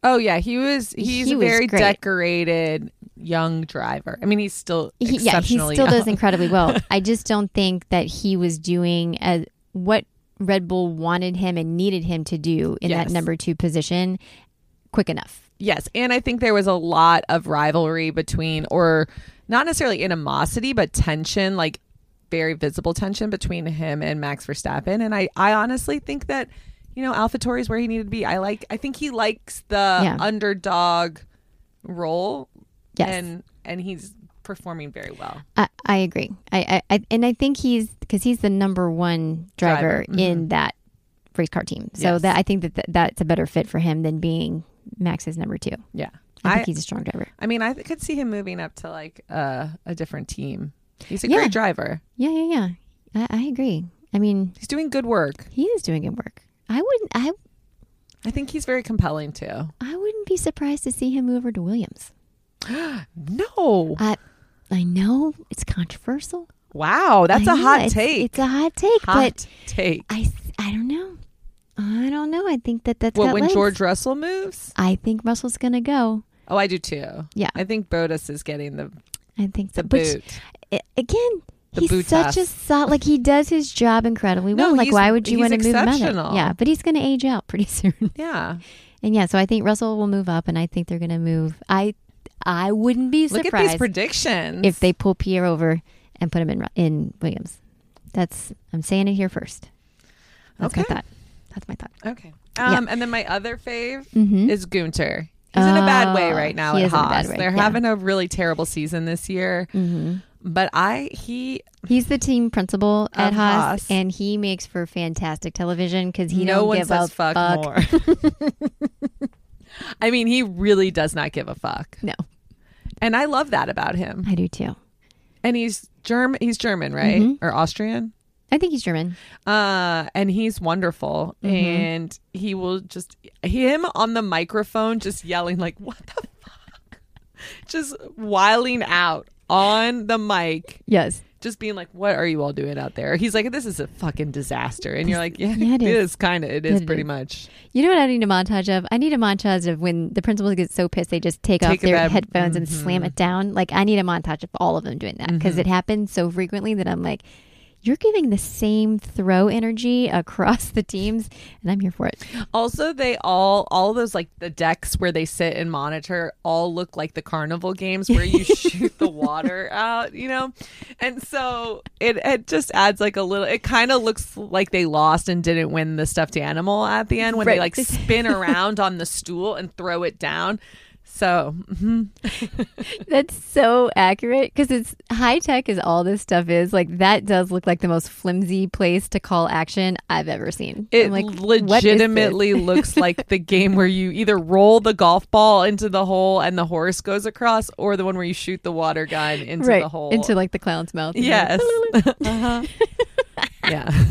[SPEAKER 2] Oh yeah, he was. He's
[SPEAKER 1] He
[SPEAKER 2] a
[SPEAKER 1] was
[SPEAKER 2] very
[SPEAKER 1] great.
[SPEAKER 2] decorated young driver. I mean, he's still
[SPEAKER 1] He, yeah, he
[SPEAKER 2] exceptionally
[SPEAKER 1] still
[SPEAKER 2] young.
[SPEAKER 1] does incredibly well. I just don't think that he was doing as what Red Bull wanted him and needed him to do in
[SPEAKER 2] Yes.
[SPEAKER 1] that number two position quick enough.
[SPEAKER 2] Yes, and I think there was a lot of rivalry between, or not necessarily animosity, but tension, like very visible tension between him and Max Verstappen. And I, I honestly think that, you know, AlphaTauri is where he needed to be. I like, I think he likes the
[SPEAKER 1] Yeah.
[SPEAKER 2] underdog role,
[SPEAKER 1] Yes.
[SPEAKER 2] and and he's performing very well.
[SPEAKER 1] I, I agree. I, I, I and I think he's because he's the number one driver,
[SPEAKER 2] Driver, mhm.
[SPEAKER 1] in that race car team. So
[SPEAKER 2] Yes.
[SPEAKER 1] that I think that th- that's a better fit for him than being Max's number two.
[SPEAKER 2] Yeah,
[SPEAKER 1] I,
[SPEAKER 2] I,
[SPEAKER 1] think he's a strong driver.
[SPEAKER 2] I mean, I could see him moving up to like uh, a different team. He's a
[SPEAKER 1] Yeah.
[SPEAKER 2] great driver.
[SPEAKER 1] Yeah, yeah, yeah. I, I agree. I mean,
[SPEAKER 2] He's doing good work.
[SPEAKER 1] he is doing good work. I wouldn't. I
[SPEAKER 2] I think he's very compelling too.
[SPEAKER 1] I wouldn't be surprised to see him move over to Williams.
[SPEAKER 2] No.
[SPEAKER 1] I I know it's controversial.
[SPEAKER 2] Wow, that's
[SPEAKER 1] I
[SPEAKER 2] a
[SPEAKER 1] know,
[SPEAKER 2] hot
[SPEAKER 1] it's-
[SPEAKER 2] take.
[SPEAKER 1] It's a hot take,
[SPEAKER 2] hot
[SPEAKER 1] but
[SPEAKER 2] take.
[SPEAKER 1] I s- I don't know. I don't know. I think that that's
[SPEAKER 2] Well,
[SPEAKER 1] got
[SPEAKER 2] when
[SPEAKER 1] legs.
[SPEAKER 2] George Russell moves?
[SPEAKER 1] I think Russell's gonna go.
[SPEAKER 2] Oh, I do too.
[SPEAKER 1] Yeah.
[SPEAKER 2] I think Botus is getting the
[SPEAKER 1] I think so.
[SPEAKER 2] the
[SPEAKER 1] Which-
[SPEAKER 2] boot.
[SPEAKER 1] I- again,
[SPEAKER 2] The
[SPEAKER 1] he's
[SPEAKER 2] boot
[SPEAKER 1] such a
[SPEAKER 2] us.
[SPEAKER 1] solid. Like he does his job incredibly
[SPEAKER 2] No,
[SPEAKER 1] well. like
[SPEAKER 2] he's-
[SPEAKER 1] why would you
[SPEAKER 2] he's
[SPEAKER 1] want to move him out? of-
[SPEAKER 2] exceptional.
[SPEAKER 1] Yeah, but he's going to age out pretty soon.
[SPEAKER 2] Yeah.
[SPEAKER 1] and yeah, so I think Russell will move up, and I think they're going to move. I I wouldn't be
[SPEAKER 2] Look at these
[SPEAKER 1] surprised
[SPEAKER 2] predictions.
[SPEAKER 1] if they pull Pierre over and put him in Ru- in Williams. That's I'm saying it here first. That's
[SPEAKER 2] Okay.
[SPEAKER 1] my thought. That's my thought.
[SPEAKER 2] Okay. Um, and then my other fave
[SPEAKER 1] Mhm.
[SPEAKER 2] is Gunter. He's in a bad way
[SPEAKER 1] Oh,
[SPEAKER 2] right now
[SPEAKER 1] he
[SPEAKER 2] at
[SPEAKER 1] is in a bad
[SPEAKER 2] Haas.
[SPEAKER 1] way,
[SPEAKER 2] They're
[SPEAKER 1] yeah.
[SPEAKER 2] having a really terrible season this year.
[SPEAKER 1] Mhm.
[SPEAKER 2] But I he
[SPEAKER 1] He's the team principal at
[SPEAKER 2] Of
[SPEAKER 1] Haas,
[SPEAKER 2] Haas.
[SPEAKER 1] and he makes for fantastic television because he
[SPEAKER 2] no
[SPEAKER 1] don't
[SPEAKER 2] one
[SPEAKER 1] give
[SPEAKER 2] says
[SPEAKER 1] a
[SPEAKER 2] fuck, more. I mean, he really does not give a fuck.
[SPEAKER 1] No,
[SPEAKER 2] And I love that about him.
[SPEAKER 1] I do too.
[SPEAKER 2] And he's Germ he's German, right?
[SPEAKER 1] Mhm.
[SPEAKER 2] Or Austrian?
[SPEAKER 1] I think he's German.
[SPEAKER 2] uh and he's wonderful and he will just him on the microphone just yelling like what the fuck just wiling out on the mic
[SPEAKER 1] Yes.
[SPEAKER 2] just being like what are you all doing out there he's like this is a fucking disaster and you're like yeah,
[SPEAKER 1] Yeah, it
[SPEAKER 2] it
[SPEAKER 1] is.
[SPEAKER 2] is, kind of it is
[SPEAKER 1] It
[SPEAKER 2] pretty
[SPEAKER 1] is.
[SPEAKER 2] much
[SPEAKER 1] You know what I need a montage of? I need a montage of when the principals get so pissed they just take, Mm-hmm. off
[SPEAKER 2] Take it
[SPEAKER 1] their
[SPEAKER 2] back.
[SPEAKER 1] headphones and slam it down. Like I need a montage of all of them doing that because it happens so frequently that I'm like, you're giving the same throw energy across the teams, and I'm here for it.
[SPEAKER 2] also they all all those like the decks where they sit and monitor all look like the carnival games where you shoot the water out you know and so it, it just adds like a little it kind of looks like they lost and didn't win the stuffed animal at the end when
[SPEAKER 1] Right.
[SPEAKER 2] they like spin around on the stool and throw it down so mhm.
[SPEAKER 1] That's so accurate because it's high tech is all this stuff is. Like that does look like the most flimsy place to call action I've ever seen.
[SPEAKER 2] it
[SPEAKER 1] I'm like, what is this?
[SPEAKER 2] legitimately looks like the game where you either roll the golf ball into the hole and the horse goes across or the one where you shoot the water gun into
[SPEAKER 1] right
[SPEAKER 2] the hole
[SPEAKER 1] into like the clown's mouth.
[SPEAKER 2] Yes.
[SPEAKER 1] Uh-huh.
[SPEAKER 2] yeah.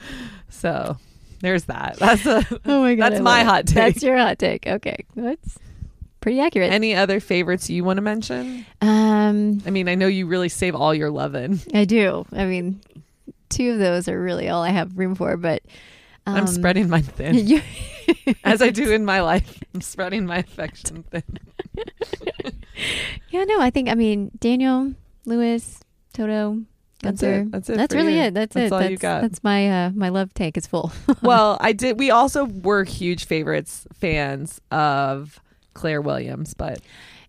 [SPEAKER 2] So there's that. That's a,
[SPEAKER 1] Oh my god,
[SPEAKER 2] That's
[SPEAKER 1] I
[SPEAKER 2] my
[SPEAKER 1] love it.
[SPEAKER 2] hot take.
[SPEAKER 1] That's your hot take. Okay, that's pretty accurate.
[SPEAKER 2] any other favorites you want to mention?
[SPEAKER 1] um,
[SPEAKER 2] I mean, I know you really save all your love in.
[SPEAKER 1] I do. I mean, two of those are really all I have room for. But um,
[SPEAKER 2] I'm spreading mine thin,
[SPEAKER 1] you-
[SPEAKER 2] as I do in my life. I'm spreading my affection thin.
[SPEAKER 1] yeah, no, I think I mean Daniel, Lewis, Toto,
[SPEAKER 2] That's
[SPEAKER 1] Gunther.
[SPEAKER 2] it. That's it for
[SPEAKER 1] really
[SPEAKER 2] you.
[SPEAKER 1] it. That's,
[SPEAKER 2] That's
[SPEAKER 1] it.
[SPEAKER 2] all you
[SPEAKER 1] that's,
[SPEAKER 2] got.
[SPEAKER 1] That's my uh, my love tank is full.
[SPEAKER 2] Well, I did. We also were huge favorites, fans of Claire Williams, but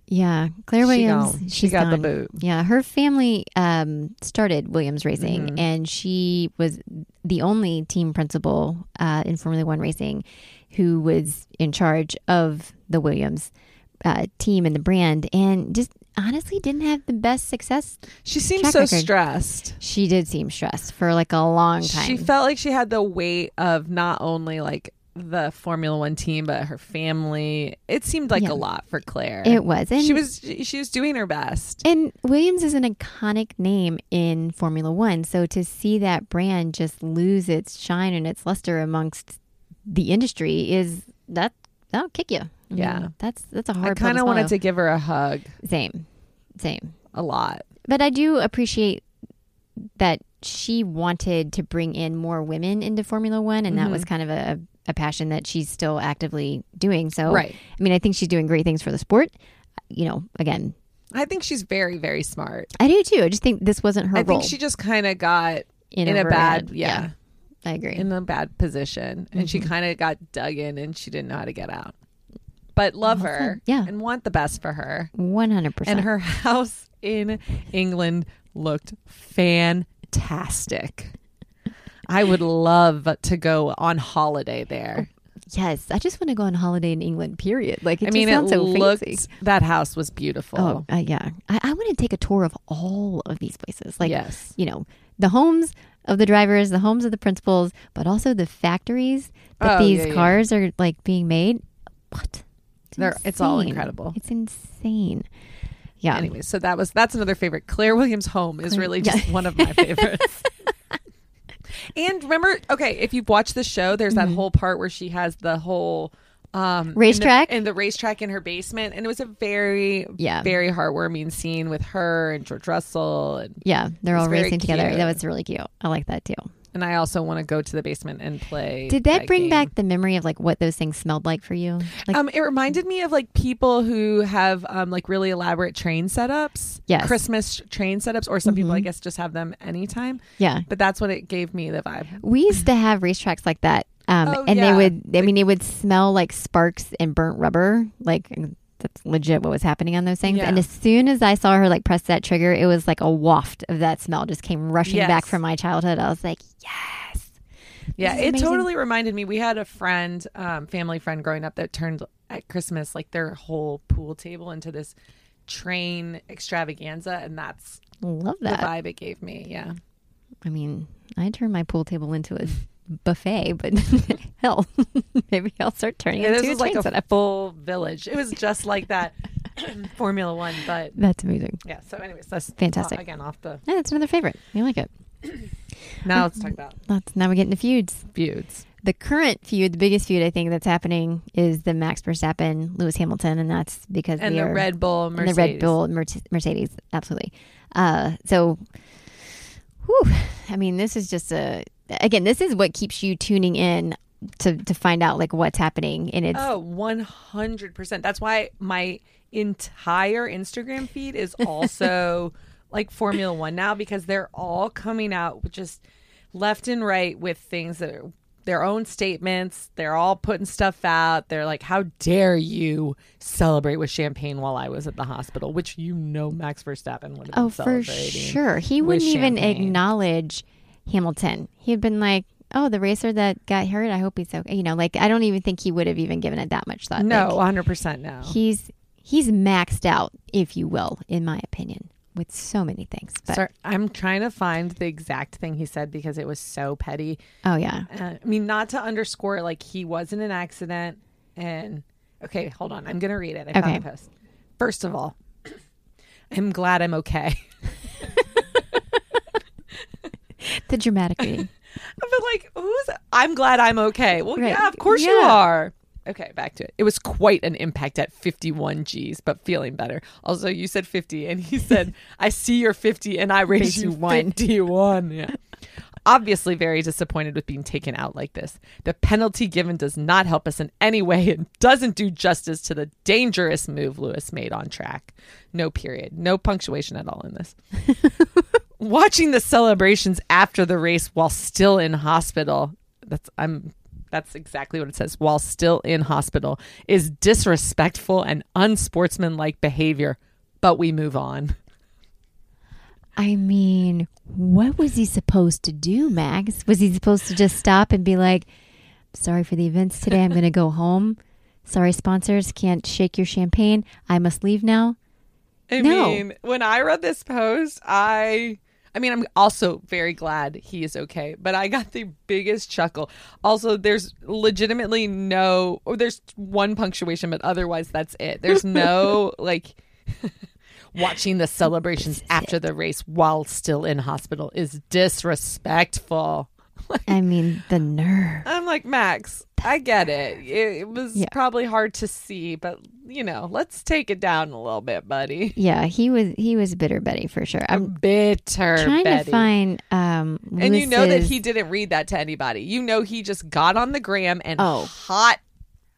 [SPEAKER 1] yeah, Claire
[SPEAKER 2] she
[SPEAKER 1] Williams.
[SPEAKER 2] gone. she
[SPEAKER 1] she's
[SPEAKER 2] got
[SPEAKER 1] gone.
[SPEAKER 2] the boot.
[SPEAKER 1] Yeah, her family um, started Williams Racing,
[SPEAKER 2] Mhm.
[SPEAKER 1] and she was the only team principal uh, in Formula One racing who was in charge of the Williams uh, team and the brand, and just honestly didn't have the best success.
[SPEAKER 2] She seemed
[SPEAKER 1] Track
[SPEAKER 2] so
[SPEAKER 1] record.
[SPEAKER 2] stressed.
[SPEAKER 1] She did seem stressed for like a long time.
[SPEAKER 2] She felt like she had the weight of not only like the Formula One team, but her family. It seemed like
[SPEAKER 1] Yeah.
[SPEAKER 2] a lot for Claire.
[SPEAKER 1] it was, and
[SPEAKER 2] she was she she was doing her best.
[SPEAKER 1] And Williams is an iconic name in Formula One. So to see that brand just lose its shine and its luster amongst the industry is that that'll kick you. I mean,
[SPEAKER 2] Yeah.
[SPEAKER 1] that's that's a
[SPEAKER 2] I
[SPEAKER 1] hard.
[SPEAKER 2] kind of wanted
[SPEAKER 1] want
[SPEAKER 2] to give her a hug.
[SPEAKER 1] same, same.
[SPEAKER 2] A lot.
[SPEAKER 1] But I do appreciate that she wanted to bring in more women into Formula One, and that was
[SPEAKER 2] Mm-hmm.
[SPEAKER 1] kind of a, a passion that she's still actively doing. So
[SPEAKER 2] Right.
[SPEAKER 1] I mean, I think she's doing great things for the sport. You know, again,
[SPEAKER 2] I think she's very very smart.
[SPEAKER 1] I do too. I just think this wasn't her
[SPEAKER 2] I
[SPEAKER 1] role.
[SPEAKER 2] think she just kind of got in, a
[SPEAKER 1] her
[SPEAKER 2] bad
[SPEAKER 1] head.
[SPEAKER 2] yeah,
[SPEAKER 1] I agree.
[SPEAKER 2] in a bad position, and
[SPEAKER 1] Mm-hmm.
[SPEAKER 2] she kind of got dug in, and she didn't know how to get out. But love her,
[SPEAKER 1] Yeah.
[SPEAKER 2] and want the best for her.
[SPEAKER 1] One hundred
[SPEAKER 2] And
[SPEAKER 1] percent.
[SPEAKER 2] her house in England looked fantastic. I would love to go on holiday there.
[SPEAKER 1] Yes, I just want to go on holiday in England. Period. Like Oh, it
[SPEAKER 2] I mean,
[SPEAKER 1] just
[SPEAKER 2] it
[SPEAKER 1] sounds so
[SPEAKER 2] looked
[SPEAKER 1] fancy.
[SPEAKER 2] that house was beautiful.
[SPEAKER 1] Oh uh, yeah, I, I want to take a tour of all of these places. Like
[SPEAKER 2] yes,
[SPEAKER 1] you know, the homes of the drivers, the homes of the principals, but also the factories that
[SPEAKER 2] Oh,
[SPEAKER 1] these
[SPEAKER 2] yeah, yeah.
[SPEAKER 1] cars are like being made. What?
[SPEAKER 2] They're- it's all
[SPEAKER 1] insane.
[SPEAKER 2] incredible.
[SPEAKER 1] It's insane. Yeah.
[SPEAKER 2] Anyway, so that was that's another favorite. Claire Williams' home is
[SPEAKER 1] Claire-
[SPEAKER 2] really just
[SPEAKER 1] yeah.
[SPEAKER 2] one of my favorites. and remember, okay, if you've watched the show, there's that
[SPEAKER 1] Mm-hmm.
[SPEAKER 2] whole part where she has the whole um in the-
[SPEAKER 1] Racetrack?
[SPEAKER 2] and the, racetrack in her basement, and it was a very
[SPEAKER 1] Yeah.
[SPEAKER 2] very heartwarming scene with her and George Russell, and
[SPEAKER 1] Yeah, they're
[SPEAKER 2] It's
[SPEAKER 1] all
[SPEAKER 2] very
[SPEAKER 1] racing together.
[SPEAKER 2] cute.
[SPEAKER 1] That was really cute. I like that too.
[SPEAKER 2] and I also want to go to the basement and play.
[SPEAKER 1] Did that, bring
[SPEAKER 2] game.
[SPEAKER 1] back the memory of like what those things smelled like for you? Like
[SPEAKER 2] um, it reminded me of like people who have um, like really elaborate train setups,
[SPEAKER 1] Yes. Mm-hmm.
[SPEAKER 2] Christmas train setups, or some people I guess just have them anytime.
[SPEAKER 1] yeah.
[SPEAKER 2] But that's what it gave me the vibe.
[SPEAKER 1] We used to have racetracks like that, um,
[SPEAKER 2] Oh,
[SPEAKER 1] and
[SPEAKER 2] yeah.
[SPEAKER 1] they would. I mean, it would smell like sparks and burnt rubber. Like that's legit what was happening on those things.
[SPEAKER 2] Yeah.
[SPEAKER 1] And as soon as I saw her like press that trigger, it was like a waft of that smell just came rushing back
[SPEAKER 2] Yes.
[SPEAKER 1] from my childhood. I was like, yes,
[SPEAKER 2] Yeah,
[SPEAKER 1] is
[SPEAKER 2] it
[SPEAKER 1] amazing.
[SPEAKER 2] totally reminded me. We had a friend, um, family friend growing up that turned at Christmas like their whole pool table into this train extravaganza, and that's
[SPEAKER 1] love
[SPEAKER 2] the
[SPEAKER 1] that.
[SPEAKER 2] vibe it gave me. Yeah.
[SPEAKER 1] I mean, I turned my pool table into a buffet, but hell, maybe I'll start turning
[SPEAKER 2] Yeah,
[SPEAKER 1] it
[SPEAKER 2] this
[SPEAKER 1] into a
[SPEAKER 2] was like
[SPEAKER 1] train
[SPEAKER 2] a
[SPEAKER 1] setup.
[SPEAKER 2] full village. It was just like that Formula One, but
[SPEAKER 1] That's amazing.
[SPEAKER 2] yeah. So, anyways, that's uh,
[SPEAKER 1] Fantastic.
[SPEAKER 2] again, off the
[SPEAKER 1] Yeah, that's another favorite. I like it.
[SPEAKER 2] now. Let's talk about
[SPEAKER 1] That's, now we're getting to feuds.
[SPEAKER 2] feuds.
[SPEAKER 1] the current feud, the biggest feud I think that's happening is the Max Verstappen, Lewis Hamilton, and that's because
[SPEAKER 2] and
[SPEAKER 1] they
[SPEAKER 2] the
[SPEAKER 1] are
[SPEAKER 2] Red Bull
[SPEAKER 1] and the
[SPEAKER 2] Mercedes.
[SPEAKER 1] Red Bull Merce- Mercedes, absolutely. Uh, so, whew, I mean, this is just a again, this is what keeps you tuning in to to find out like what's happening, and it's
[SPEAKER 2] Oh, 100%. That's why my entire Instagram feed is also like Formula 1 now because they're all coming out with just left and right with things that are their own statements. They're all putting stuff out. They're like, "How dare you celebrate with champagne while I was at the hospital?" Which you know Max Verstappen would have been
[SPEAKER 1] oh for
[SPEAKER 2] celebrating.
[SPEAKER 1] sure he wouldn't even
[SPEAKER 2] champagne.
[SPEAKER 1] acknowledge Hamilton. He had been like. Oh, the racer that got hurt. I hope he's okay. You know, like I don't even think he would have even given it that much thought.
[SPEAKER 2] No,
[SPEAKER 1] Like,
[SPEAKER 2] 100% no.
[SPEAKER 1] he's he's maxed out, if you will, in my opinion, with so many things. But
[SPEAKER 2] Sorry, I'm trying to find the exact thing he said because it was so petty.
[SPEAKER 1] oh yeah,
[SPEAKER 2] uh, I mean, not to underscore, like he was in an accident. And okay, hold on, I'm gonna read it. I
[SPEAKER 1] Okay.
[SPEAKER 2] found the post. First of all, I'm glad I'm okay.
[SPEAKER 1] the dramatic reading.
[SPEAKER 2] but like, who's? I'm glad I'm okay. Well,
[SPEAKER 1] Right.
[SPEAKER 2] yeah, of course you
[SPEAKER 1] Yeah.
[SPEAKER 2] are. Okay, back to it. It was quite an impact at 51 G's, but feeling better. Also, you said 50, and he said, "I see you're 50, and I raise
[SPEAKER 1] Raise you
[SPEAKER 2] you
[SPEAKER 1] one."
[SPEAKER 2] 51." Yeah. Obviously, very disappointed with being taken out like this. The penalty given does not help us in any way and doesn't do justice to the dangerous move Lewis made on track. No period, no punctuation at all in this watching the celebrations after the race while still in hospital that's i'm that's exactly what it says while still in hospital is disrespectful and unsportsmanlike behavior but we move on
[SPEAKER 1] I mean, what was he supposed to do, Max? Was he supposed to just stop and be like, "Sorry for the events today. I'm going to go home, Sorry, sponsors can't shake your champagne. I must leave now.
[SPEAKER 2] I
[SPEAKER 1] No.
[SPEAKER 2] mean, when I read this post, I I mean, I'm also very glad he is okay, but I got the biggest chuckle. Also, there's legitimately no or there's one punctuation, but otherwise that's it. There's no like watching the celebrations after the race while still in hospital is disrespectful.
[SPEAKER 1] I mean, the nerve.
[SPEAKER 2] I'm like, Max, I get it. It, it was
[SPEAKER 1] Yeah.
[SPEAKER 2] probably hard to see, but you know, let's take it down a little bit, buddy.
[SPEAKER 1] Yeah, he was he was bitter Betty for sure. I'm
[SPEAKER 2] bitter
[SPEAKER 1] trying
[SPEAKER 2] Betty.
[SPEAKER 1] to find um
[SPEAKER 2] and you know that
[SPEAKER 1] Liz's-
[SPEAKER 2] he didn't read that to anybody. You know he just got on the gram and
[SPEAKER 1] Oh.
[SPEAKER 2] hot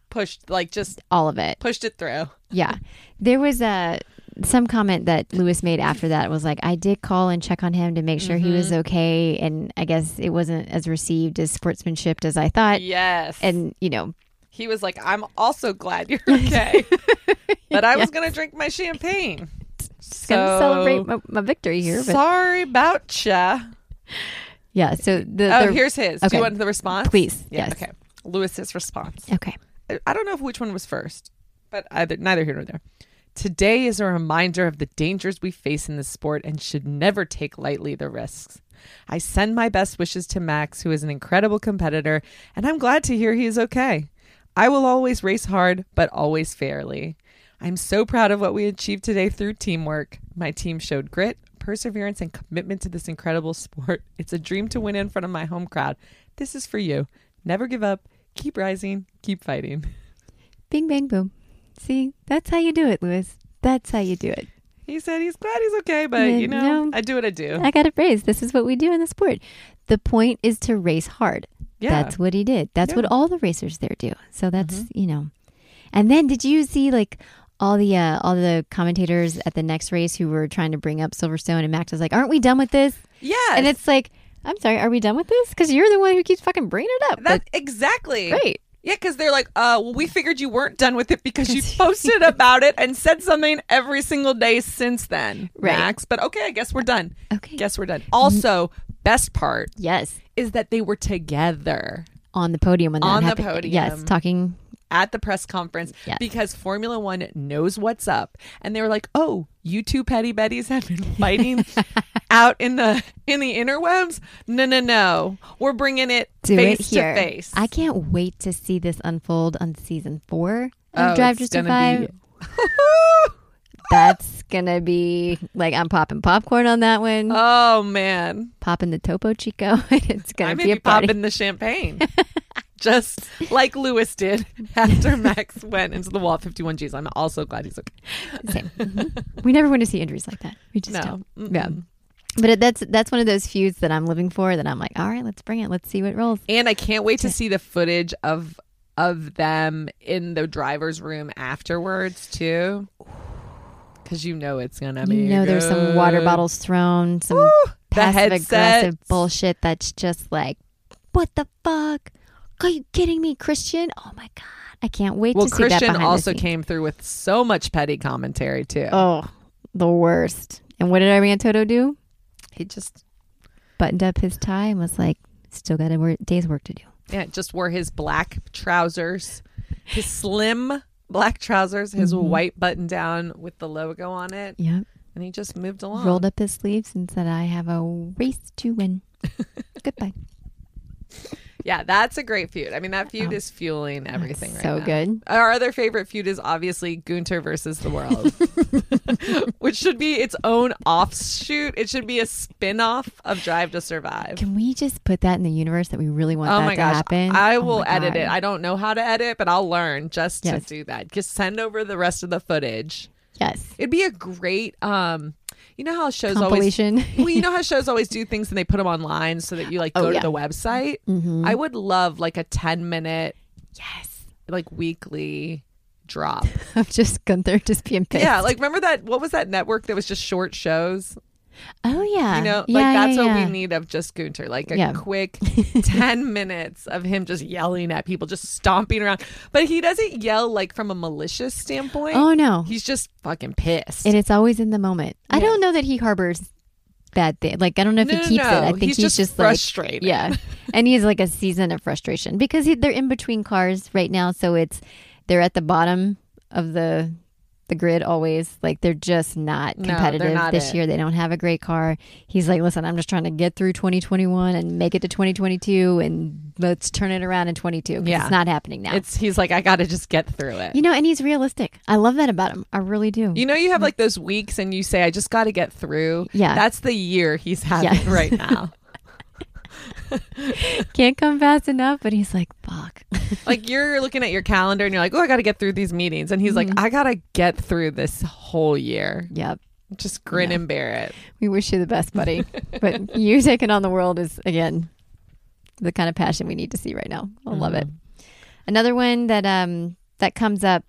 [SPEAKER 2] pushed like just
[SPEAKER 1] all of it.
[SPEAKER 2] pushed it through.
[SPEAKER 1] Yeah. There was a some comment that Lewis made after that was like, I did call and check on him to make sure he was okay, and I guess it wasn't as received as sportsmanship as I thought.
[SPEAKER 2] Yes.
[SPEAKER 1] And you know,
[SPEAKER 2] he was like, "I'm also glad you're okay." but I was going to drink my champagne.
[SPEAKER 1] just gonna celebrate my, my victory here. But
[SPEAKER 2] Sorry about ya.
[SPEAKER 1] yeah, so the,
[SPEAKER 2] Oh,
[SPEAKER 1] the-
[SPEAKER 2] here's his. Do
[SPEAKER 1] okay.
[SPEAKER 2] you want the response?
[SPEAKER 1] Please,
[SPEAKER 2] Yeah,
[SPEAKER 1] yes.
[SPEAKER 2] Okay. Lewis's response.
[SPEAKER 1] okay.
[SPEAKER 2] I- I don't know if which one was first, but either neither here nor there. Today is a reminder of the dangers we face in this sport and should never take lightly the risks. I send my best wishes to Max, who is an incredible competitor, and I'm glad to hear he is okay. I will always race hard, but always fairly. I'm so proud of what we achieved today through teamwork. My team showed grit, perseverance, and commitment to this incredible sport. It's a dream to win in front of my home crowd. This is for you. Never give up. Keep rising. Keep fighting.
[SPEAKER 1] Bing bang boom. See, that's how you do it, Lewis. That's how you do it.
[SPEAKER 2] He said he's glad he's okay, but
[SPEAKER 1] Yeah,
[SPEAKER 2] you know,
[SPEAKER 1] no.
[SPEAKER 2] I do what I do.
[SPEAKER 1] I got a phrase. This is what we do in the sport. The point is to race hard.
[SPEAKER 2] Yeah.
[SPEAKER 1] That's what he did. That's what
[SPEAKER 2] Yeah. Mm-hmm.
[SPEAKER 1] all the racers there do. So that's, you know. And then did you see like all the uh, all the commentators at the next race who were trying to bring up Silverstone and Max was like, "Aren't we done with this?"
[SPEAKER 2] yeah.
[SPEAKER 1] And it's like, "I'm sorry, are we done with this?" Cuz you're the one who keeps fucking bringing it up.
[SPEAKER 2] that exactly.
[SPEAKER 1] That's great.
[SPEAKER 2] Yeah, because they're like, uh, well, we figured you weren't done with it because you posted about it and said something every single day since then,
[SPEAKER 1] Right.
[SPEAKER 2] Max. But okay, I guess we're done.
[SPEAKER 1] Okay.
[SPEAKER 2] Guess we're done. Also, best part
[SPEAKER 1] Yes.
[SPEAKER 2] is that they were together
[SPEAKER 1] On the podium when that
[SPEAKER 2] On the
[SPEAKER 1] happened.
[SPEAKER 2] podium.
[SPEAKER 1] Yes, talking
[SPEAKER 2] at the press conference
[SPEAKER 1] Yes.
[SPEAKER 2] because Formula One knows what's up. And they were like, Oh, you two petty betties have been fighting out in the in the interwebs? No, no, no. We're bringing it
[SPEAKER 1] do
[SPEAKER 2] face
[SPEAKER 1] it here.
[SPEAKER 2] to face.
[SPEAKER 1] I can't wait to see this unfold on season four of
[SPEAKER 2] Oh,
[SPEAKER 1] Drive to
[SPEAKER 2] it's gonna
[SPEAKER 1] Survive.
[SPEAKER 2] be-
[SPEAKER 1] That's gonna be like I'm popping popcorn on that one,
[SPEAKER 2] Oh man.
[SPEAKER 1] popping the Topo Chico. it's gonna
[SPEAKER 2] I may
[SPEAKER 1] be
[SPEAKER 2] be
[SPEAKER 1] a party.
[SPEAKER 2] popping the champagne. Just like Lewis did after Max went into the wall at 51 G's. I'm also glad he's okay.
[SPEAKER 1] Same. Mhm. We never want to see injuries like that. We just
[SPEAKER 2] No. Mm.
[SPEAKER 1] don't. Yeah. But it, that's that's one of those feuds that I'm living for. That I'm like, all right, let's bring it. Let's see what rolls.
[SPEAKER 2] And I can't wait to see the footage of of them in the driver's room afterwards too. Cause you know it's gonna be
[SPEAKER 1] You know, there's some water
[SPEAKER 2] good.
[SPEAKER 1] bottles thrown, some passive aggressive
[SPEAKER 2] headsets.
[SPEAKER 1] bullshit that's just like, what the fuck? Are you kidding me, Christian? Oh my god, I can't wait
[SPEAKER 2] Well,
[SPEAKER 1] to see that
[SPEAKER 2] Christian
[SPEAKER 1] behind the
[SPEAKER 2] also
[SPEAKER 1] scenes.
[SPEAKER 2] came through with so much petty commentary too.
[SPEAKER 1] Oh, the worst. And what did Ariane Toto do?
[SPEAKER 2] He just
[SPEAKER 1] Buttoned up his tie and was like, still got a wor- day's work to do.
[SPEAKER 2] yeah, just wore his black trousers, his slim black trousers, his
[SPEAKER 1] Mm-hmm.
[SPEAKER 2] white button down with the logo on it,
[SPEAKER 1] Yeah.
[SPEAKER 2] and he just moved along.
[SPEAKER 1] Rolled up his sleeves and said, I have a race to win. Goodbye.
[SPEAKER 2] Yeah, that's a great feud. I mean, that feud
[SPEAKER 1] Oh.
[SPEAKER 2] is fueling everything right
[SPEAKER 1] so
[SPEAKER 2] now.
[SPEAKER 1] good.
[SPEAKER 2] Our other favorite feud is obviously Gunter versus the world, which should be its own offshoot. It should be a spin off of Drive to Survive.
[SPEAKER 1] Can we just put that in the universe that we really want
[SPEAKER 2] Oh
[SPEAKER 1] that
[SPEAKER 2] my
[SPEAKER 1] to
[SPEAKER 2] gosh.
[SPEAKER 1] happen?
[SPEAKER 2] I
[SPEAKER 1] Oh my
[SPEAKER 2] will edit
[SPEAKER 1] God.
[SPEAKER 2] it. I don't know how to edit, but I'll learn just
[SPEAKER 1] Yes.
[SPEAKER 2] to do that. Just send over the rest of the footage.
[SPEAKER 1] yes.
[SPEAKER 2] It'd be a great, um, you know how shows always
[SPEAKER 1] Compilation.
[SPEAKER 2] well, you know how shows always do things and they put them online so that you like go
[SPEAKER 1] Oh, yeah. Mm-hmm.
[SPEAKER 2] to the website. I would love like a ten minute,
[SPEAKER 1] yes.
[SPEAKER 2] like weekly drop.
[SPEAKER 1] Of just Gunther just being pissed.
[SPEAKER 2] yeah, like remember that? What was that network that was just short shows?
[SPEAKER 1] oh, yeah.
[SPEAKER 2] You know,
[SPEAKER 1] Yeah,
[SPEAKER 2] like that's
[SPEAKER 1] yeah,
[SPEAKER 2] what
[SPEAKER 1] yeah.
[SPEAKER 2] we need of just Gunter, like a
[SPEAKER 1] Yeah.
[SPEAKER 2] quick ten minutes of him just yelling at people, just stomping around. But he doesn't yell like from a malicious standpoint.
[SPEAKER 1] Oh, no.
[SPEAKER 2] He's just fucking pissed.
[SPEAKER 1] And it's always in the moment. I
[SPEAKER 2] Yeah.
[SPEAKER 1] don't know that he harbors bad thing. Like I don't know if
[SPEAKER 2] no,
[SPEAKER 1] he
[SPEAKER 2] no,
[SPEAKER 1] keeps
[SPEAKER 2] no.
[SPEAKER 1] it. I think he's,
[SPEAKER 2] just,
[SPEAKER 1] like
[SPEAKER 2] frustrated.
[SPEAKER 1] yeah, and he's like a season of frustration because he, they're in between cars right now, so it's They're at the bottom of the the grid always. Like they're just not
[SPEAKER 2] No, they're
[SPEAKER 1] competitive
[SPEAKER 2] not
[SPEAKER 1] this
[SPEAKER 2] it.
[SPEAKER 1] year. They don't have a great car. He's like, listen, I'm just trying to get through 2021 and make it to 2022, and let's turn it around in 22. 'cause
[SPEAKER 2] Yeah.
[SPEAKER 1] it's not happening now.
[SPEAKER 2] It's he's like I got to just get through it.
[SPEAKER 1] you know, and he's realistic. I love that about him. I really do.
[SPEAKER 2] You know, you have like those weeks and you say, I just got to get through.
[SPEAKER 1] Yeah.
[SPEAKER 2] That's the year he's having
[SPEAKER 1] Yes.
[SPEAKER 2] right now.
[SPEAKER 1] Can't come fast enough, but he's like, fuck.
[SPEAKER 2] like you're looking at your calendar and you're like, oh, I got to get through these meetings. And he's
[SPEAKER 1] Mm-hmm.
[SPEAKER 2] like, I got to get through this whole year.
[SPEAKER 1] yep.
[SPEAKER 2] Just grin
[SPEAKER 1] Yeah.
[SPEAKER 2] and bear it.
[SPEAKER 1] We wish you the best, buddy. but you taking on the world is again the kind of passion we need to see right now. I love it.
[SPEAKER 2] Mm-hmm.
[SPEAKER 1] Another one that um that comes up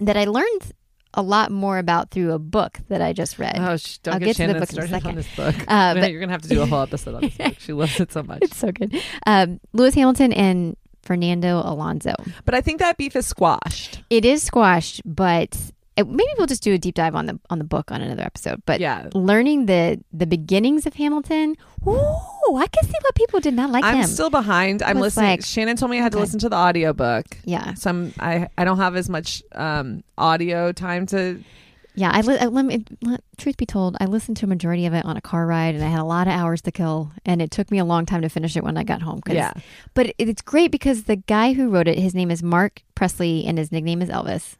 [SPEAKER 1] that I learned a lot more about through a book that I just read.
[SPEAKER 2] Oh, sh- don't
[SPEAKER 1] I'll
[SPEAKER 2] get,
[SPEAKER 1] get to the
[SPEAKER 2] Shannon
[SPEAKER 1] book in a
[SPEAKER 2] started on
[SPEAKER 1] second.
[SPEAKER 2] this book.
[SPEAKER 1] Uh,
[SPEAKER 2] No,
[SPEAKER 1] but-
[SPEAKER 2] you're going to have to do a whole episode on this book. She loves it so much.
[SPEAKER 1] It's so good. Um, Lewis Hamilton and Fernando Alonso.
[SPEAKER 2] But I think that beef is squashed.
[SPEAKER 1] It is squashed, but it, maybe we'll just do a deep dive on the on the book on another episode. But
[SPEAKER 2] yeah.
[SPEAKER 1] learning the the beginnings of Hamilton, ooh, I can see why people did not like
[SPEAKER 2] I'm
[SPEAKER 1] him.
[SPEAKER 2] still behind. I'm
[SPEAKER 1] was
[SPEAKER 2] listening.
[SPEAKER 1] like-
[SPEAKER 2] Shannon told me I had to
[SPEAKER 1] Okay.
[SPEAKER 2] listen to the audiobook.
[SPEAKER 1] yeah,
[SPEAKER 2] So I'm, I, I don't have as much um, audio time to
[SPEAKER 1] yeah. I, li- I let me let, truth be told, I listened to a majority of it on a car ride, and I had a lot of hours to kill, and it took me a long time to finish it when I got home. 'cause
[SPEAKER 2] Yeah.
[SPEAKER 1] But it, it's great because the guy who wrote it, his name is Mark Presley, and his nickname is Elvis.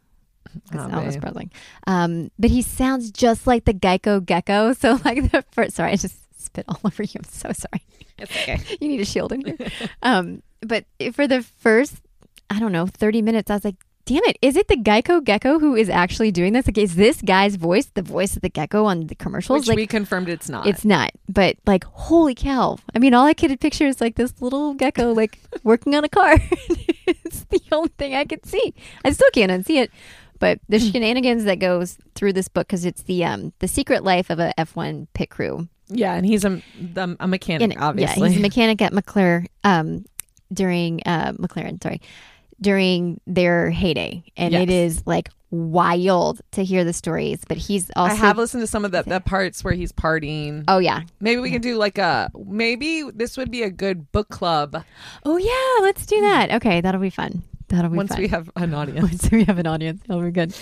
[SPEAKER 1] 'Cause
[SPEAKER 2] Oh,
[SPEAKER 1] Elvis
[SPEAKER 2] babe.
[SPEAKER 1] Presley. Um, but he sounds just like the Geico Gecko. So like the first, sorry, I just spit all over you. I'm so sorry.
[SPEAKER 2] It's okay.
[SPEAKER 1] You need a shield in here. um, but for the first, I don't know, 30 minutes, I was like, damn it, is it the Geico Gecko who is actually doing this? Like, is this guy's voice the voice of the gecko on the commercials?
[SPEAKER 2] Which
[SPEAKER 1] like,
[SPEAKER 2] we confirmed it's not.
[SPEAKER 1] it's not, but like, holy cow. I mean, all I could picture is like this little gecko, like working on a car. it's the only thing I could see. I still can't unsee it. But the shenanigans that goes through this book, because it's the um, the secret life of a F1 pit crew.
[SPEAKER 2] yeah, and he's a the, a mechanic,
[SPEAKER 1] And-
[SPEAKER 2] obviously.
[SPEAKER 1] Yeah, he's a mechanic at McLaren um, during uh, McLaren, sorry, during their heyday, and it is like wild to hear the stories. But he's also
[SPEAKER 2] I have listened to some of the, the parts where he's partying.
[SPEAKER 1] oh yeah,
[SPEAKER 2] Maybe we can do like a maybe this would be a good book club
[SPEAKER 1] oh yeah, let's do that. Okay, that'll be fun. That'll be
[SPEAKER 2] Mm. once
[SPEAKER 1] fun.
[SPEAKER 2] we have an audience.
[SPEAKER 1] once we have an audience, oh we're good.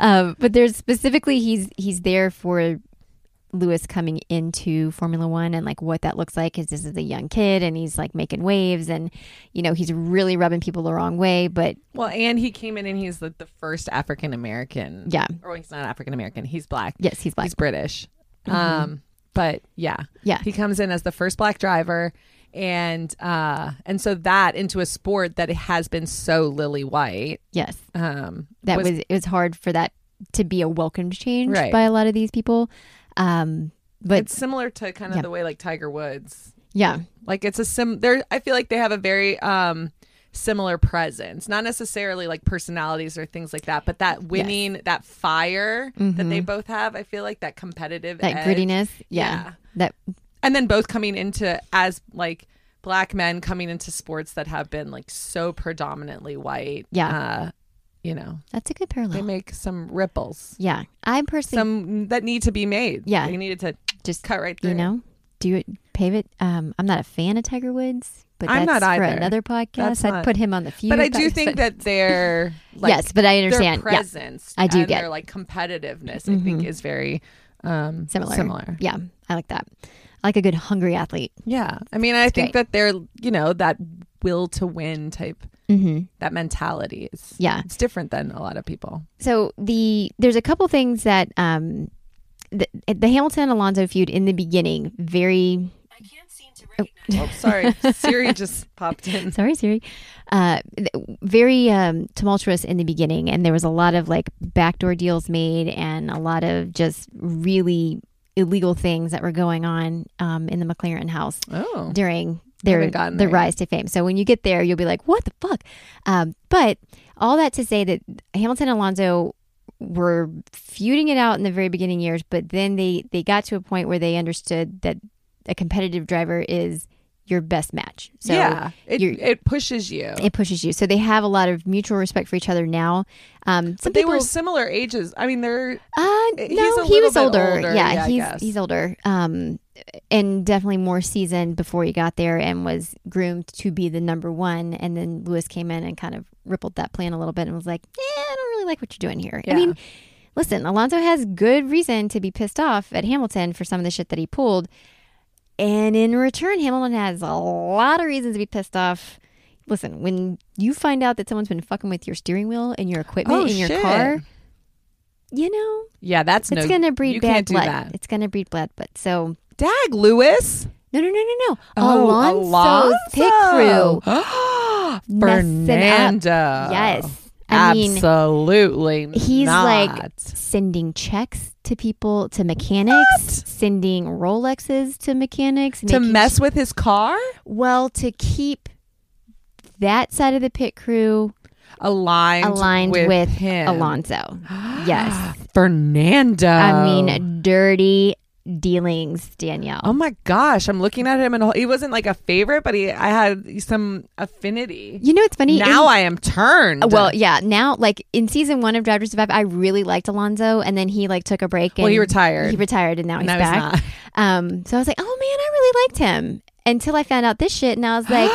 [SPEAKER 1] um, but there's specifically he's he's there for Lewis coming into Formula One and like what that looks like is this is a young kid and he's like making waves and you know he's really rubbing people the wrong way, but
[SPEAKER 2] Well, and he came in and he's the, the first African American.
[SPEAKER 1] yeah,
[SPEAKER 2] Or he's not African American. He's black.
[SPEAKER 1] Yes, he's black. Mm-hmm.
[SPEAKER 2] He's British. Um, but yeah,
[SPEAKER 1] yeah.
[SPEAKER 2] he comes in as the first black driver, and uh, and so that into a sport that has been so lily white.
[SPEAKER 1] yes.
[SPEAKER 2] Um,
[SPEAKER 1] That
[SPEAKER 2] was-
[SPEAKER 1] was, it was hard for that to be a welcomed change
[SPEAKER 2] Right.
[SPEAKER 1] by a lot of these people. Um but
[SPEAKER 2] it's similar to kind of
[SPEAKER 1] Yeah.
[SPEAKER 2] the way like Tiger Woods
[SPEAKER 1] yeah.
[SPEAKER 2] Like it's a sim. There, I feel like they have a very um similar presence. Not necessarily like personalities or things like that, but that winning, that fire that they both have. I feel like that competitive,
[SPEAKER 1] Mm-hmm. That
[SPEAKER 2] edge.
[SPEAKER 1] grittiness. Yeah.
[SPEAKER 2] Yeah.
[SPEAKER 1] That
[SPEAKER 2] and then both coming into as like black men coming into sports that have been like so predominantly white.
[SPEAKER 1] Yeah.
[SPEAKER 2] uh, you know,
[SPEAKER 1] that's a good
[SPEAKER 2] they
[SPEAKER 1] parallel.
[SPEAKER 2] make some ripples.
[SPEAKER 1] yeah. I personally
[SPEAKER 2] Some that need to be made.
[SPEAKER 1] Yeah.
[SPEAKER 2] they needed to
[SPEAKER 1] just
[SPEAKER 2] cut right through.
[SPEAKER 1] you know, do it pave it. Um I'm not a fan of Tiger Woods, but
[SPEAKER 2] I'm
[SPEAKER 1] that's
[SPEAKER 2] not
[SPEAKER 1] for
[SPEAKER 2] either.
[SPEAKER 1] another podcast.
[SPEAKER 2] That's
[SPEAKER 1] I'd
[SPEAKER 2] not-
[SPEAKER 1] put him on the few.
[SPEAKER 2] but I do
[SPEAKER 1] episodes.
[SPEAKER 2] think that they're like,
[SPEAKER 1] yes, but I understand.
[SPEAKER 2] Their
[SPEAKER 1] Yeah.
[SPEAKER 2] presence.
[SPEAKER 1] I do
[SPEAKER 2] and
[SPEAKER 1] get- Mm-hmm.
[SPEAKER 2] their like competitiveness. I think is very um,
[SPEAKER 1] Similar.
[SPEAKER 2] Similar.
[SPEAKER 1] Yeah. I like that. I like a good hungry athlete.
[SPEAKER 2] Yeah. I mean, I think
[SPEAKER 1] great.
[SPEAKER 2] that they're you know that will to win type
[SPEAKER 1] Mhm.
[SPEAKER 2] that mentality is
[SPEAKER 1] Yeah.
[SPEAKER 2] it's different than a lot of people.
[SPEAKER 1] so the there's a couple things that um the, the Hamilton Alonso feud in the beginning very
[SPEAKER 2] Oh, sorry, Siri just popped in.
[SPEAKER 1] sorry Siri uh th- very um tumultuous in the beginning and there was a lot of like backdoor deals made and a lot of just really illegal things that were going on um in the McLaren house
[SPEAKER 2] Oh,
[SPEAKER 1] during their
[SPEAKER 2] haven't gotten
[SPEAKER 1] the
[SPEAKER 2] there yet.
[SPEAKER 1] rise to fame. So when you get there, you'll be like, "What the fuck?" Um, but all that to say that Hamilton and Alonso were feuding it out in the very beginning years, but then they they got to a point where they understood that a competitive driver is your best match. So
[SPEAKER 2] yeah, it
[SPEAKER 1] you're-
[SPEAKER 2] it pushes you.
[SPEAKER 1] it pushes you. So they have a lot of mutual respect for each other now. Um, some
[SPEAKER 2] but they
[SPEAKER 1] people,
[SPEAKER 2] were similar ages. I mean, they're
[SPEAKER 1] uh,
[SPEAKER 2] He's
[SPEAKER 1] no,
[SPEAKER 2] a
[SPEAKER 1] he
[SPEAKER 2] little
[SPEAKER 1] was
[SPEAKER 2] bit
[SPEAKER 1] older.
[SPEAKER 2] older,
[SPEAKER 1] Yeah,
[SPEAKER 2] yeah, I
[SPEAKER 1] he's
[SPEAKER 2] guess.
[SPEAKER 1] he's older. Um, and definitely more seasoned before he got there and was groomed to be the number one. And then Lewis came in and kind of rippled that plan a little bit and was like, "Yeah, I don't really like what you're doing here." I
[SPEAKER 2] Yeah.
[SPEAKER 1] mean, listen, Alonso has good reason to be pissed off at Hamilton for some of the shit that he pulled, and in return, Hamilton has a lot of reasons to be pissed off. Listen, when you find out that someone's been fucking with your steering wheel and your equipment
[SPEAKER 2] Oh,
[SPEAKER 1] in your
[SPEAKER 2] shit.
[SPEAKER 1] car, you know
[SPEAKER 2] Yeah, that's
[SPEAKER 1] it's
[SPEAKER 2] no.
[SPEAKER 1] going to breed
[SPEAKER 2] you
[SPEAKER 1] bad
[SPEAKER 2] can't do
[SPEAKER 1] blood.
[SPEAKER 2] that.
[SPEAKER 1] It's going to breed blood, but so
[SPEAKER 2] Dag Lewis.
[SPEAKER 1] no, no, no, no, no.
[SPEAKER 2] Oh,
[SPEAKER 1] Alonso's pit crew.
[SPEAKER 2] crew.
[SPEAKER 1] Messing up.
[SPEAKER 2] Fernando.
[SPEAKER 1] Yes, I mean
[SPEAKER 2] Absolutely.
[SPEAKER 1] he's
[SPEAKER 2] not.
[SPEAKER 1] like sending checks to people to mechanics, sending Rolexes to mechanics
[SPEAKER 2] to
[SPEAKER 1] making
[SPEAKER 2] mess with his car?
[SPEAKER 1] well to keep that side of the pit crew
[SPEAKER 2] Aligned,
[SPEAKER 1] aligned
[SPEAKER 2] with,
[SPEAKER 1] with,
[SPEAKER 2] him.
[SPEAKER 1] Alonso. yes,
[SPEAKER 2] Fernando.
[SPEAKER 1] I mean uh, dirty dealings, Danielle.
[SPEAKER 2] Oh my gosh, I'm looking at him and he wasn't like a favorite, but he I had some affinity.
[SPEAKER 1] you know what's funny?
[SPEAKER 2] now
[SPEAKER 1] In-
[SPEAKER 2] I am turned.
[SPEAKER 1] Uh, Well, yeah. Now, like in season one of Drive to Survive, I really liked Alonzo, and then he like took a break. And
[SPEAKER 2] Well, he retired.
[SPEAKER 1] He retired, and now he's
[SPEAKER 2] Now he's
[SPEAKER 1] back.
[SPEAKER 2] not.
[SPEAKER 1] um, so I was like, oh man, I really liked him until I found out this shit, and I was like,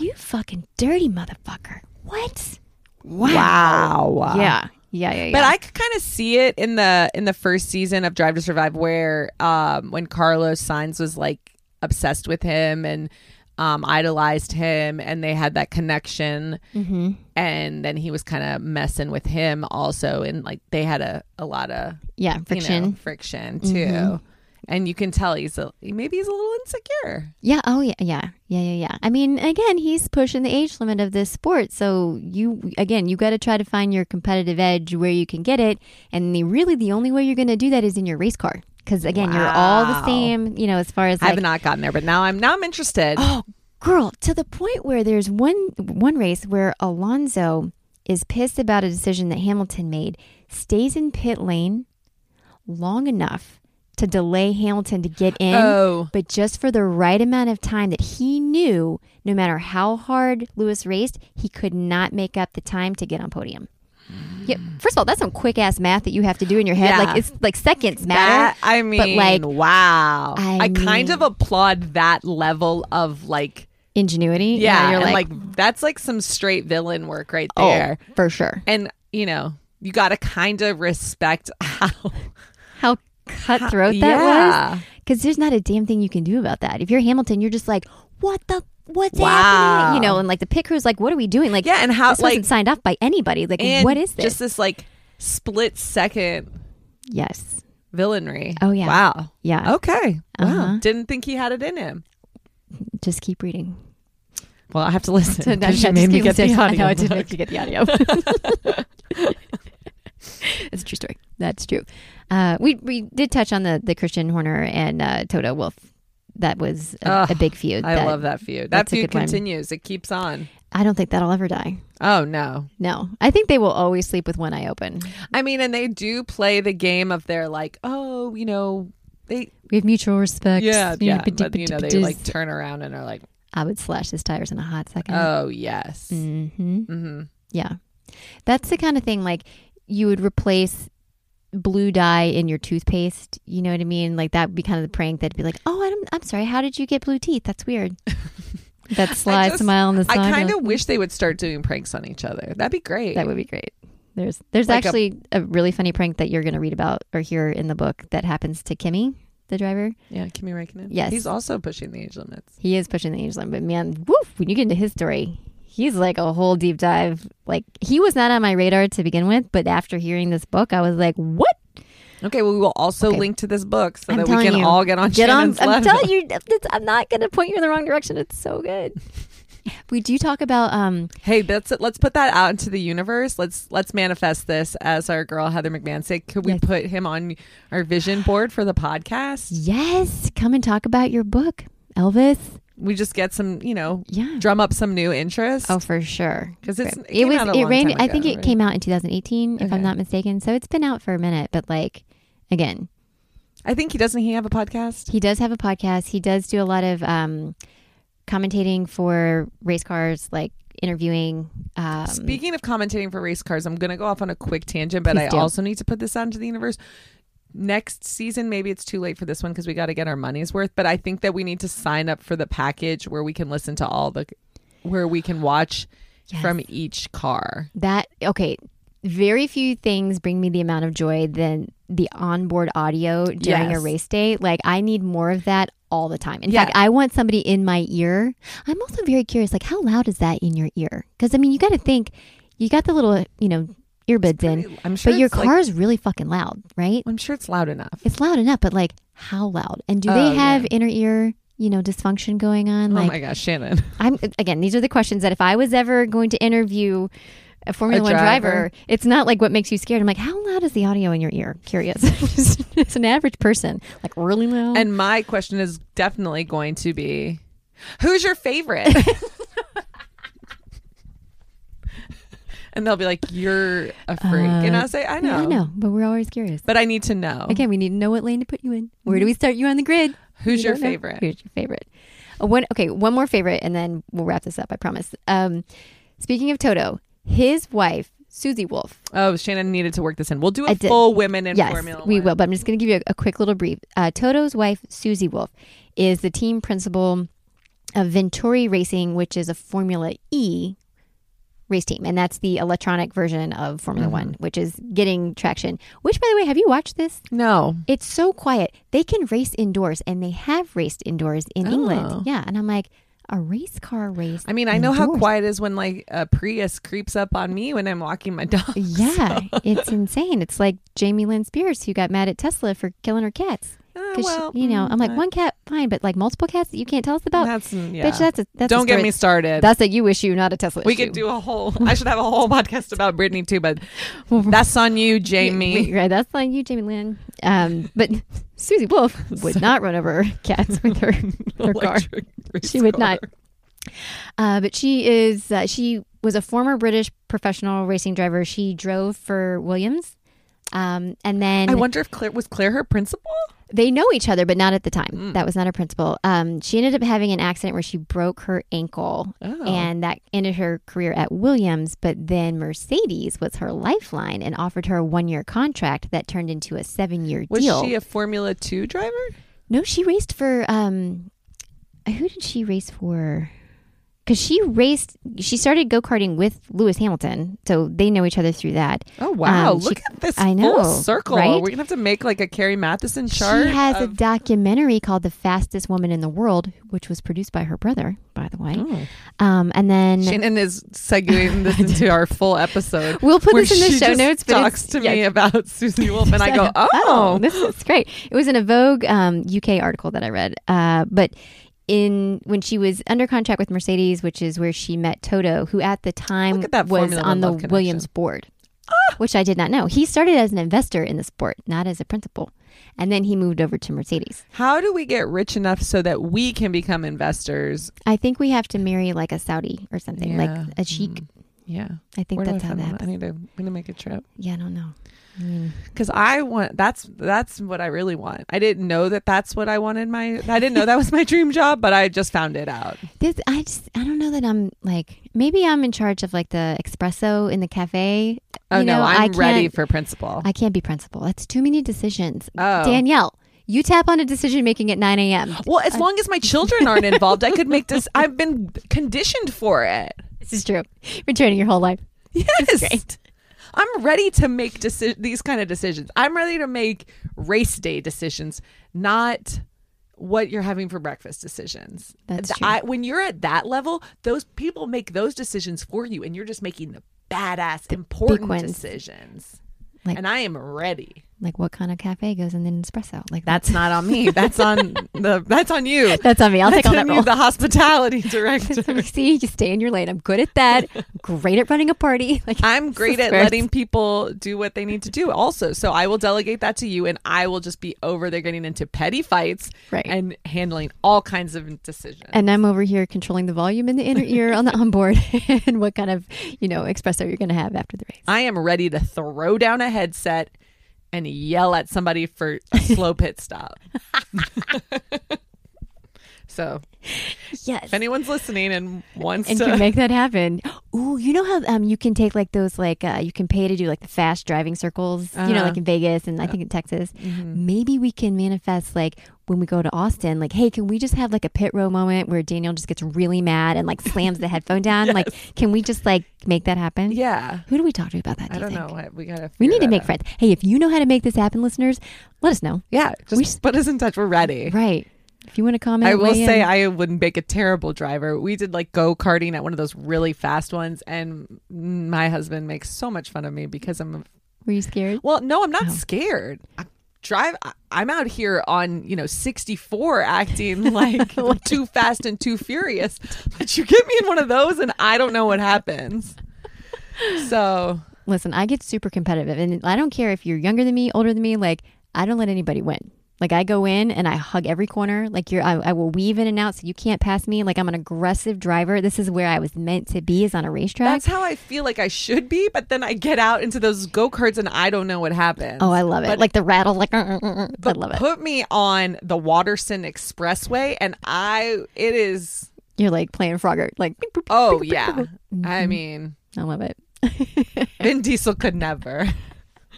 [SPEAKER 1] you fucking dirty motherfucker! What?
[SPEAKER 2] wow.
[SPEAKER 1] Yeah, yeah, yeah. yeah.
[SPEAKER 2] But I could kind of see it in the in the first season of Drive to Survive, where um, when Carlos Sainz was like obsessed with him and um, idolized him, and they had that connection,
[SPEAKER 1] Mhm.
[SPEAKER 2] and then he was kind of messing with him also, and like they had a a lot of
[SPEAKER 1] yeah,
[SPEAKER 2] you know,
[SPEAKER 1] friction. Mm-hmm.
[SPEAKER 2] friction too. And you can tell he's a, maybe he's a little insecure.
[SPEAKER 1] Yeah. Oh, yeah. Yeah. Yeah. Yeah. Yeah. I mean, again, he's pushing the age limit of this sport. So you, again, you got to try to find your competitive edge where you can get it. And the, really, the only way you're going to do that is in your race car. Because again, you're all the
[SPEAKER 2] Wow.
[SPEAKER 1] same. You know, as far as
[SPEAKER 2] I
[SPEAKER 1] like,
[SPEAKER 2] have not gotten there, but now I'm now I'm interested.
[SPEAKER 1] oh, girl, to the point where there's one one race where Alonso is pissed about a decision that Hamilton made, stays in pit lane long enough to delay Hamilton to get in
[SPEAKER 2] Oh.
[SPEAKER 1] but just for the right amount of time that he knew no matter how hard Lewis raced, he could not make up the time to get on podium. Yeah, first of all, that's some quick ass math that you have to do in your head.
[SPEAKER 2] Hmm. Yeah.
[SPEAKER 1] Like it's like seconds matter.
[SPEAKER 2] That, I mean,
[SPEAKER 1] like,
[SPEAKER 2] wow.
[SPEAKER 1] I
[SPEAKER 2] I, kind
[SPEAKER 1] mean-
[SPEAKER 2] of applaud that level of like,
[SPEAKER 1] Ingenuity.
[SPEAKER 2] yeah,
[SPEAKER 1] you're
[SPEAKER 2] and,
[SPEAKER 1] like,
[SPEAKER 2] like, that's like some straight villain work right
[SPEAKER 1] oh,
[SPEAKER 2] there.
[SPEAKER 1] for sure.
[SPEAKER 2] And you know, you got to kind of respect how
[SPEAKER 1] How cutthroat that was.
[SPEAKER 2] yeah.
[SPEAKER 1] Because there's not a damn thing you can do about that. If you're Hamilton, you're just like, what the what's
[SPEAKER 2] Wow.
[SPEAKER 1] happening? You know, and like the pit crew's like, what are we doing? Like,
[SPEAKER 2] Yeah, and how
[SPEAKER 1] this
[SPEAKER 2] like
[SPEAKER 1] wasn't signed off by anybody. Like,
[SPEAKER 2] and
[SPEAKER 1] what is this?
[SPEAKER 2] Just this like split second
[SPEAKER 1] yes.
[SPEAKER 2] villainry.
[SPEAKER 1] Oh, yeah.
[SPEAKER 2] Wow.
[SPEAKER 1] Yeah.
[SPEAKER 2] Okay.
[SPEAKER 1] Uh-huh.
[SPEAKER 2] Wow. Didn't think he had it in him.
[SPEAKER 1] Just keep reading.
[SPEAKER 2] Well, I have to listen
[SPEAKER 1] So now
[SPEAKER 2] because
[SPEAKER 1] you
[SPEAKER 2] you
[SPEAKER 1] have
[SPEAKER 2] made
[SPEAKER 1] to
[SPEAKER 2] me
[SPEAKER 1] speak
[SPEAKER 2] get the
[SPEAKER 1] with-
[SPEAKER 2] audio.
[SPEAKER 1] I know I did
[SPEAKER 2] book.
[SPEAKER 1] make you get the audio. it's a true story. That's true. Uh, we we did touch on the the Christian Horner and uh, Toto Wolf. That was a,
[SPEAKER 2] Ugh,
[SPEAKER 1] a big feud.
[SPEAKER 2] I
[SPEAKER 1] that-
[SPEAKER 2] love that feud. That
[SPEAKER 1] that's a
[SPEAKER 2] feud
[SPEAKER 1] good one.
[SPEAKER 2] continues. It keeps on.
[SPEAKER 1] I don't think that'll ever die.
[SPEAKER 2] Oh no.
[SPEAKER 1] No, I think they will always sleep with one eye open.
[SPEAKER 2] I mean, and they do play the game of their like, oh, you know, they
[SPEAKER 1] We have mutual respect.
[SPEAKER 2] yeah,
[SPEAKER 1] You know,
[SPEAKER 2] yeah, but you know, they like turn around and are like,
[SPEAKER 1] I would slash his tires in a hot second.
[SPEAKER 2] oh yes,
[SPEAKER 1] hmm
[SPEAKER 2] hmm
[SPEAKER 1] Yeah. That's the kind of thing like you would replace blue dye in your toothpaste. You know what I mean? Like that would be kind of the prank that'd be like, oh, I'm, I'm sorry. How did you get blue teeth? That's weird. that sly
[SPEAKER 2] just-
[SPEAKER 1] smile on the
[SPEAKER 2] I
[SPEAKER 1] side.
[SPEAKER 2] kind of wish they would start doing pranks on each other. That'd be great.
[SPEAKER 1] that would be great. There's there's
[SPEAKER 2] Like a-
[SPEAKER 1] actually a, really funny prank that you're going to read about or hear in the book that happens to Kimmy, the driver.
[SPEAKER 2] yeah, Kimmy Räikkönen.
[SPEAKER 1] Yes.
[SPEAKER 2] he's also pushing the age limits.
[SPEAKER 1] He is pushing the age limit, but man, woof, when you get into his story, he's like a whole deep dive. Like he was not on my radar to begin with, but after hearing this book, I was like, what?
[SPEAKER 2] Okay, well, we will also
[SPEAKER 1] Okay.
[SPEAKER 2] link to this book so
[SPEAKER 1] I'm
[SPEAKER 2] that we
[SPEAKER 1] telling
[SPEAKER 2] can
[SPEAKER 1] you.
[SPEAKER 2] all get on.
[SPEAKER 1] Get on.
[SPEAKER 2] Shannon's
[SPEAKER 1] I'm
[SPEAKER 2] level.
[SPEAKER 1] telling you, that's- I'm not going to point you in the wrong direction. It's so good. we do talk about um,
[SPEAKER 2] Hey, that's it. Let's put that out into the universe. Let's let's manifest this as our girl Heather McMahon said. Could we
[SPEAKER 1] Yes.
[SPEAKER 2] put him on our vision board for the podcast?
[SPEAKER 1] yes, come and talk about your book, Elvis.
[SPEAKER 2] We just get some, you know,
[SPEAKER 1] Yeah.
[SPEAKER 2] drum up some new interest.
[SPEAKER 1] Oh, for sure.
[SPEAKER 2] 'Cause it's-
[SPEAKER 1] Right.
[SPEAKER 2] it came out a
[SPEAKER 1] it
[SPEAKER 2] long
[SPEAKER 1] rained.
[SPEAKER 2] time
[SPEAKER 1] I think
[SPEAKER 2] ago,
[SPEAKER 1] it
[SPEAKER 2] right?
[SPEAKER 1] came out in 2018, if I'm
[SPEAKER 2] Okay.
[SPEAKER 1] not mistaken. So it's been out for a minute, but like again,
[SPEAKER 2] I think he doesn't. He have a podcast.
[SPEAKER 1] he does have a podcast. He does do a lot of um, commentating for race cars, like interviewing. Um,
[SPEAKER 2] Speaking of commentating for race cars, I'm going to go off on a quick tangent, but
[SPEAKER 1] Please
[SPEAKER 2] I
[SPEAKER 1] do.
[SPEAKER 2] also need to put this out into the universe. Next season, maybe it's too late for this one because we got to get our money's worth. But I think that we need to sign up for the package where we can listen to all the, where we can watch
[SPEAKER 1] Yes.
[SPEAKER 2] from each car.
[SPEAKER 1] That okay. Very few things bring me the amount of joy than the onboard audio during a
[SPEAKER 2] Yes.
[SPEAKER 1] race day. Like I need more of that all the time. In
[SPEAKER 2] Yeah.
[SPEAKER 1] fact, I want somebody in my ear. I'm also very curious, like how loud is that in your ear? Because I mean, you got to think, you got the little, you know, earbuds in,
[SPEAKER 2] I'm sure
[SPEAKER 1] but your
[SPEAKER 2] it's, like-
[SPEAKER 1] car is really fucking loud, right?
[SPEAKER 2] I'm sure it's loud enough.
[SPEAKER 1] It's loud enough, but like how loud? And do
[SPEAKER 2] Oh,
[SPEAKER 1] they
[SPEAKER 2] yeah.
[SPEAKER 1] have inner ear, you know, dysfunction going on?
[SPEAKER 2] oh
[SPEAKER 1] like
[SPEAKER 2] my gosh, Shannon.
[SPEAKER 1] I'm again. These are the questions that if I was ever going to interview a Formula
[SPEAKER 2] A
[SPEAKER 1] One driver,
[SPEAKER 2] driver.
[SPEAKER 1] it's not like what makes you scared. I'm like, how loud is the audio in your ear? Curious. Just- it's an average person, like really loud.
[SPEAKER 2] And my question is definitely going to be who's your favorite? and they'll be like, You're a freak. and
[SPEAKER 1] Uh,
[SPEAKER 2] I'll say, I know.
[SPEAKER 1] yeah, I know, but we're always curious.
[SPEAKER 2] But I need to know.
[SPEAKER 1] Again, we need to know what lane to put you in. Where do we start you on the grid?
[SPEAKER 2] Who's
[SPEAKER 1] We
[SPEAKER 2] your
[SPEAKER 1] don't know.
[SPEAKER 2] favorite?
[SPEAKER 1] Who's your favorite? Uh, One okay, one more favorite, and then we'll wrap this up. I promise. Um, speaking of Toto, his wife Susie Wolf.
[SPEAKER 2] Oh, Shannon needed to work this in. We'll do
[SPEAKER 1] I
[SPEAKER 2] a
[SPEAKER 1] did.
[SPEAKER 2] full women in
[SPEAKER 1] yes,
[SPEAKER 2] Formula
[SPEAKER 1] we
[SPEAKER 2] One.
[SPEAKER 1] will. But I'm just going to give you a, a quick little brief. Uh, Toto's wife, Susie Wolf, is the team principal of Venturi Racing, which is a Formula E race team, and that's the electronic version of Formula
[SPEAKER 2] Mm-hmm.
[SPEAKER 1] One, which is getting traction. Which, by the way, have you watched this?
[SPEAKER 2] No.
[SPEAKER 1] It's so quiet. They can race indoors, and they have raced indoors in
[SPEAKER 2] Oh.
[SPEAKER 1] England. Yeah, and I'm like. A race car race.
[SPEAKER 2] I mean, I know how
[SPEAKER 1] indoors?
[SPEAKER 2] quiet it is when like a Prius creeps up on me when I'm walking my dog.
[SPEAKER 1] Yeah, it's insane. It's like Jamie Lynn Spears who got mad at Tesla for killing her cats.
[SPEAKER 2] Eh,
[SPEAKER 1] Because
[SPEAKER 2] well,
[SPEAKER 1] you know,
[SPEAKER 2] mm,
[SPEAKER 1] I'm like
[SPEAKER 2] I-
[SPEAKER 1] one cat, fine, but like multiple cats that you can't tell us about.
[SPEAKER 2] That's mm, yeah.
[SPEAKER 1] Bitch, that's a that's a
[SPEAKER 2] Don't get
[SPEAKER 1] story-
[SPEAKER 2] me started.
[SPEAKER 1] That's a you issue, not a Tesla.
[SPEAKER 2] we
[SPEAKER 1] issue.
[SPEAKER 2] could do a whole. I should have a whole podcast about Britney too, but that's on you, Jamie.
[SPEAKER 1] right, that's on you, Jamie Lynn. Um, but Susie Wolf would not run over cats with her her car.
[SPEAKER 2] Electric race
[SPEAKER 1] She would
[SPEAKER 2] car.
[SPEAKER 1] not. Uh, but she is uh, she was a former British professional racing driver. She drove for Williams, um, and then
[SPEAKER 2] I wonder if Claire was Claire her principal.
[SPEAKER 1] they know each other, but not at the time.
[SPEAKER 2] Mm.
[SPEAKER 1] That was not her principal. Um, she ended up having an accident where she broke her ankle,
[SPEAKER 2] Oh.
[SPEAKER 1] and that ended her career at Williams. But then Mercedes was her lifeline and offered her a one-year contract that turned into a seven-year
[SPEAKER 2] Was
[SPEAKER 1] deal.
[SPEAKER 2] she a Formula Two driver?
[SPEAKER 1] no, she raced for um, who did she race for? Because she raced, she started go karting with Lewis Hamilton, so they know each other through that.
[SPEAKER 2] Oh wow!
[SPEAKER 1] Um, she-
[SPEAKER 2] Look at this
[SPEAKER 1] I know,
[SPEAKER 2] full circle.
[SPEAKER 1] right?
[SPEAKER 2] We're gonna have to make like a Carrie Matheson
[SPEAKER 1] She
[SPEAKER 2] chart.
[SPEAKER 1] has a
[SPEAKER 2] of-
[SPEAKER 1] documentary called "The Fastest Woman in the World," which was produced by her brother, by the way.
[SPEAKER 2] Oh.
[SPEAKER 1] Um, and then
[SPEAKER 2] Shannon is segueing this into our full episode.
[SPEAKER 1] we'll put
[SPEAKER 2] where
[SPEAKER 1] this in the
[SPEAKER 2] she
[SPEAKER 1] show
[SPEAKER 2] just
[SPEAKER 1] notes. But
[SPEAKER 2] talks
[SPEAKER 1] it's,
[SPEAKER 2] to
[SPEAKER 1] yeah,
[SPEAKER 2] me about Susie Wolf, and I go,
[SPEAKER 1] oh,
[SPEAKER 2] "Oh,
[SPEAKER 1] this is great. It was in a Vogue um, UK article that I read. Uh, but in when she was under contract with Mercedes, which is where she met Toto, who at the time
[SPEAKER 2] Look at that
[SPEAKER 1] was
[SPEAKER 2] Formula One
[SPEAKER 1] on the
[SPEAKER 2] love connection. Ah.
[SPEAKER 1] Williams board, which I did not know. He started as an investor in the sport, not as a principal, and then he moved over to Mercedes.
[SPEAKER 2] how do we get rich enough so that we can become investors?"
[SPEAKER 1] I think we have to marry like a Saudi or something,
[SPEAKER 2] Yeah.
[SPEAKER 1] like a sheik.
[SPEAKER 2] Mm. Yeah,
[SPEAKER 1] I think
[SPEAKER 2] Where do
[SPEAKER 1] that's how
[SPEAKER 2] find
[SPEAKER 1] that.
[SPEAKER 2] one? I
[SPEAKER 1] Happens.
[SPEAKER 2] need to. I'm gonna make a trip
[SPEAKER 1] Yeah, I don't know. Mm.
[SPEAKER 2] because I want. That's that's what I really want. I didn't know that that's what I wanted. My I didn't know that was my dream job, but I just found it out.
[SPEAKER 1] This I just I don't know that I'm like maybe I'm in charge of like the espresso in the cafe.
[SPEAKER 2] Oh
[SPEAKER 1] You
[SPEAKER 2] no,
[SPEAKER 1] know, I
[SPEAKER 2] I'm
[SPEAKER 1] can't-
[SPEAKER 2] ready for principal.
[SPEAKER 1] I can't be principal. That's too many decisions.
[SPEAKER 2] oh.
[SPEAKER 1] Danielle, you tap on a decision making at 9 a.m.
[SPEAKER 2] well, as long as my children aren't involved, I could make this. I've been conditioned for it.
[SPEAKER 1] This is true. You've been training your whole life.
[SPEAKER 2] Yes.
[SPEAKER 1] great.
[SPEAKER 2] I'm ready to make deci- these kind of decisions. I'm ready to make race day decisions, not what you're having for breakfast decisions.
[SPEAKER 1] That's
[SPEAKER 2] Th-
[SPEAKER 1] true.
[SPEAKER 2] I, when you're at that level, those people make those decisions for you, and you're just making the badass, important
[SPEAKER 1] ones.
[SPEAKER 2] decisions.
[SPEAKER 1] Like-
[SPEAKER 2] and I am ready.
[SPEAKER 1] Like what kind of cafe goes in an espresso? Like
[SPEAKER 2] That's not on me. That's on the. That's on you.
[SPEAKER 1] that's on me. I'll
[SPEAKER 2] that's
[SPEAKER 1] take on that
[SPEAKER 2] on you,
[SPEAKER 1] role.
[SPEAKER 2] the hospitality director.
[SPEAKER 1] See, you stay in your lane. I'm good at that. great at running a party. Like
[SPEAKER 2] I'm great at
[SPEAKER 1] Suspect.
[SPEAKER 2] letting people do what they need to do also. So I will delegate that to you and I will just be over there getting into petty fights
[SPEAKER 1] Right.
[SPEAKER 2] and handling all kinds of decisions.
[SPEAKER 1] And I'm over here controlling the volume in the inner ear on the onboard and what kind of, you know, espresso you're going to have after the race.
[SPEAKER 2] I am ready to throw down a headset and yell at somebody for a slow pit stop. so
[SPEAKER 1] Yes.
[SPEAKER 2] if anyone's listening and wants
[SPEAKER 1] And
[SPEAKER 2] to
[SPEAKER 1] can make that happen. Ooh, you know how um, you can take like those like uh, you can pay to do like the fast driving circles, you know,
[SPEAKER 2] Uh-huh. Mm-hmm.
[SPEAKER 1] like in Vegas and I think in Texas. Maybe we can manifest like when we go to Austin, like, hey, can we just have like a pit row moment where Daniel just gets really mad and like slams the headphone down? Like, can we just like make that happen?
[SPEAKER 2] Yeah.
[SPEAKER 1] Who do we talk to about that? Do
[SPEAKER 2] I
[SPEAKER 1] you
[SPEAKER 2] don't
[SPEAKER 1] think?
[SPEAKER 2] know. I- We gotta.
[SPEAKER 1] We
[SPEAKER 2] figure
[SPEAKER 1] need to
[SPEAKER 2] that
[SPEAKER 1] make
[SPEAKER 2] out.
[SPEAKER 1] friends. Hey, if you know how to make this happen, listeners, let us know.
[SPEAKER 2] Yeah, just
[SPEAKER 1] We s-
[SPEAKER 2] put us in touch. We're ready.
[SPEAKER 1] Right. If you want to comment,
[SPEAKER 2] I will
[SPEAKER 1] weigh in.
[SPEAKER 2] say I would make a terrible driver. We did like go karting at one of those really fast ones, and my husband makes so much fun of me because I'm.
[SPEAKER 1] Were you scared?
[SPEAKER 2] Well, no, I'm not
[SPEAKER 1] Oh.
[SPEAKER 2] scared. I drive. I- I'm out here on you know 64 acting like too fast and too furious, but you get me in one of those, and I don't know what happens. So
[SPEAKER 1] Listen, I get super competitive, and I don't care if you're younger than me, older than me. Like, I don't let anybody win. Like, I go in and I hug every corner. Like, you're, I, I will weave in and out so you can't pass me. Like, I'm an aggressive driver. This is where I was meant to be, is on a racetrack.
[SPEAKER 2] That's how I feel like I should be, but then I get out into those go karts and I don't know what happens.
[SPEAKER 1] oh, I love it. like the rattle, like uh, uh, uh, uh. I
[SPEAKER 2] but
[SPEAKER 1] love it.
[SPEAKER 2] Put me on the Waterson Expressway and I it is
[SPEAKER 1] You're like playing Frogger. Like, beep, boop, boop.
[SPEAKER 2] oh yeah.
[SPEAKER 1] Mm-hmm.
[SPEAKER 2] I mean
[SPEAKER 1] I love it.
[SPEAKER 2] Vin Diesel could never.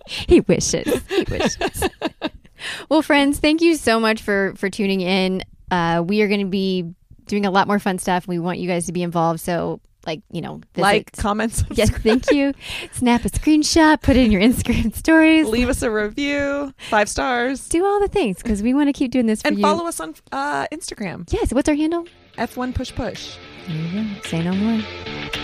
[SPEAKER 1] he wishes. He wishes. well, friends, thank you so much for for tuning in. Uh, we are going to be doing a lot more fun stuff. We want you guys to be involved. So, like, you know, visit-
[SPEAKER 2] Like, comments,
[SPEAKER 1] Yes, thank you. Snap a screenshot, put it in your Instagram stories.
[SPEAKER 2] leave us a review, five stars.
[SPEAKER 1] Do all the things because we want to keep doing this for
[SPEAKER 2] And
[SPEAKER 1] you.
[SPEAKER 2] follow us on uh, Instagram.
[SPEAKER 1] Yes, what's our handle?
[SPEAKER 2] F1 Push Push.
[SPEAKER 1] There you go. Say no more.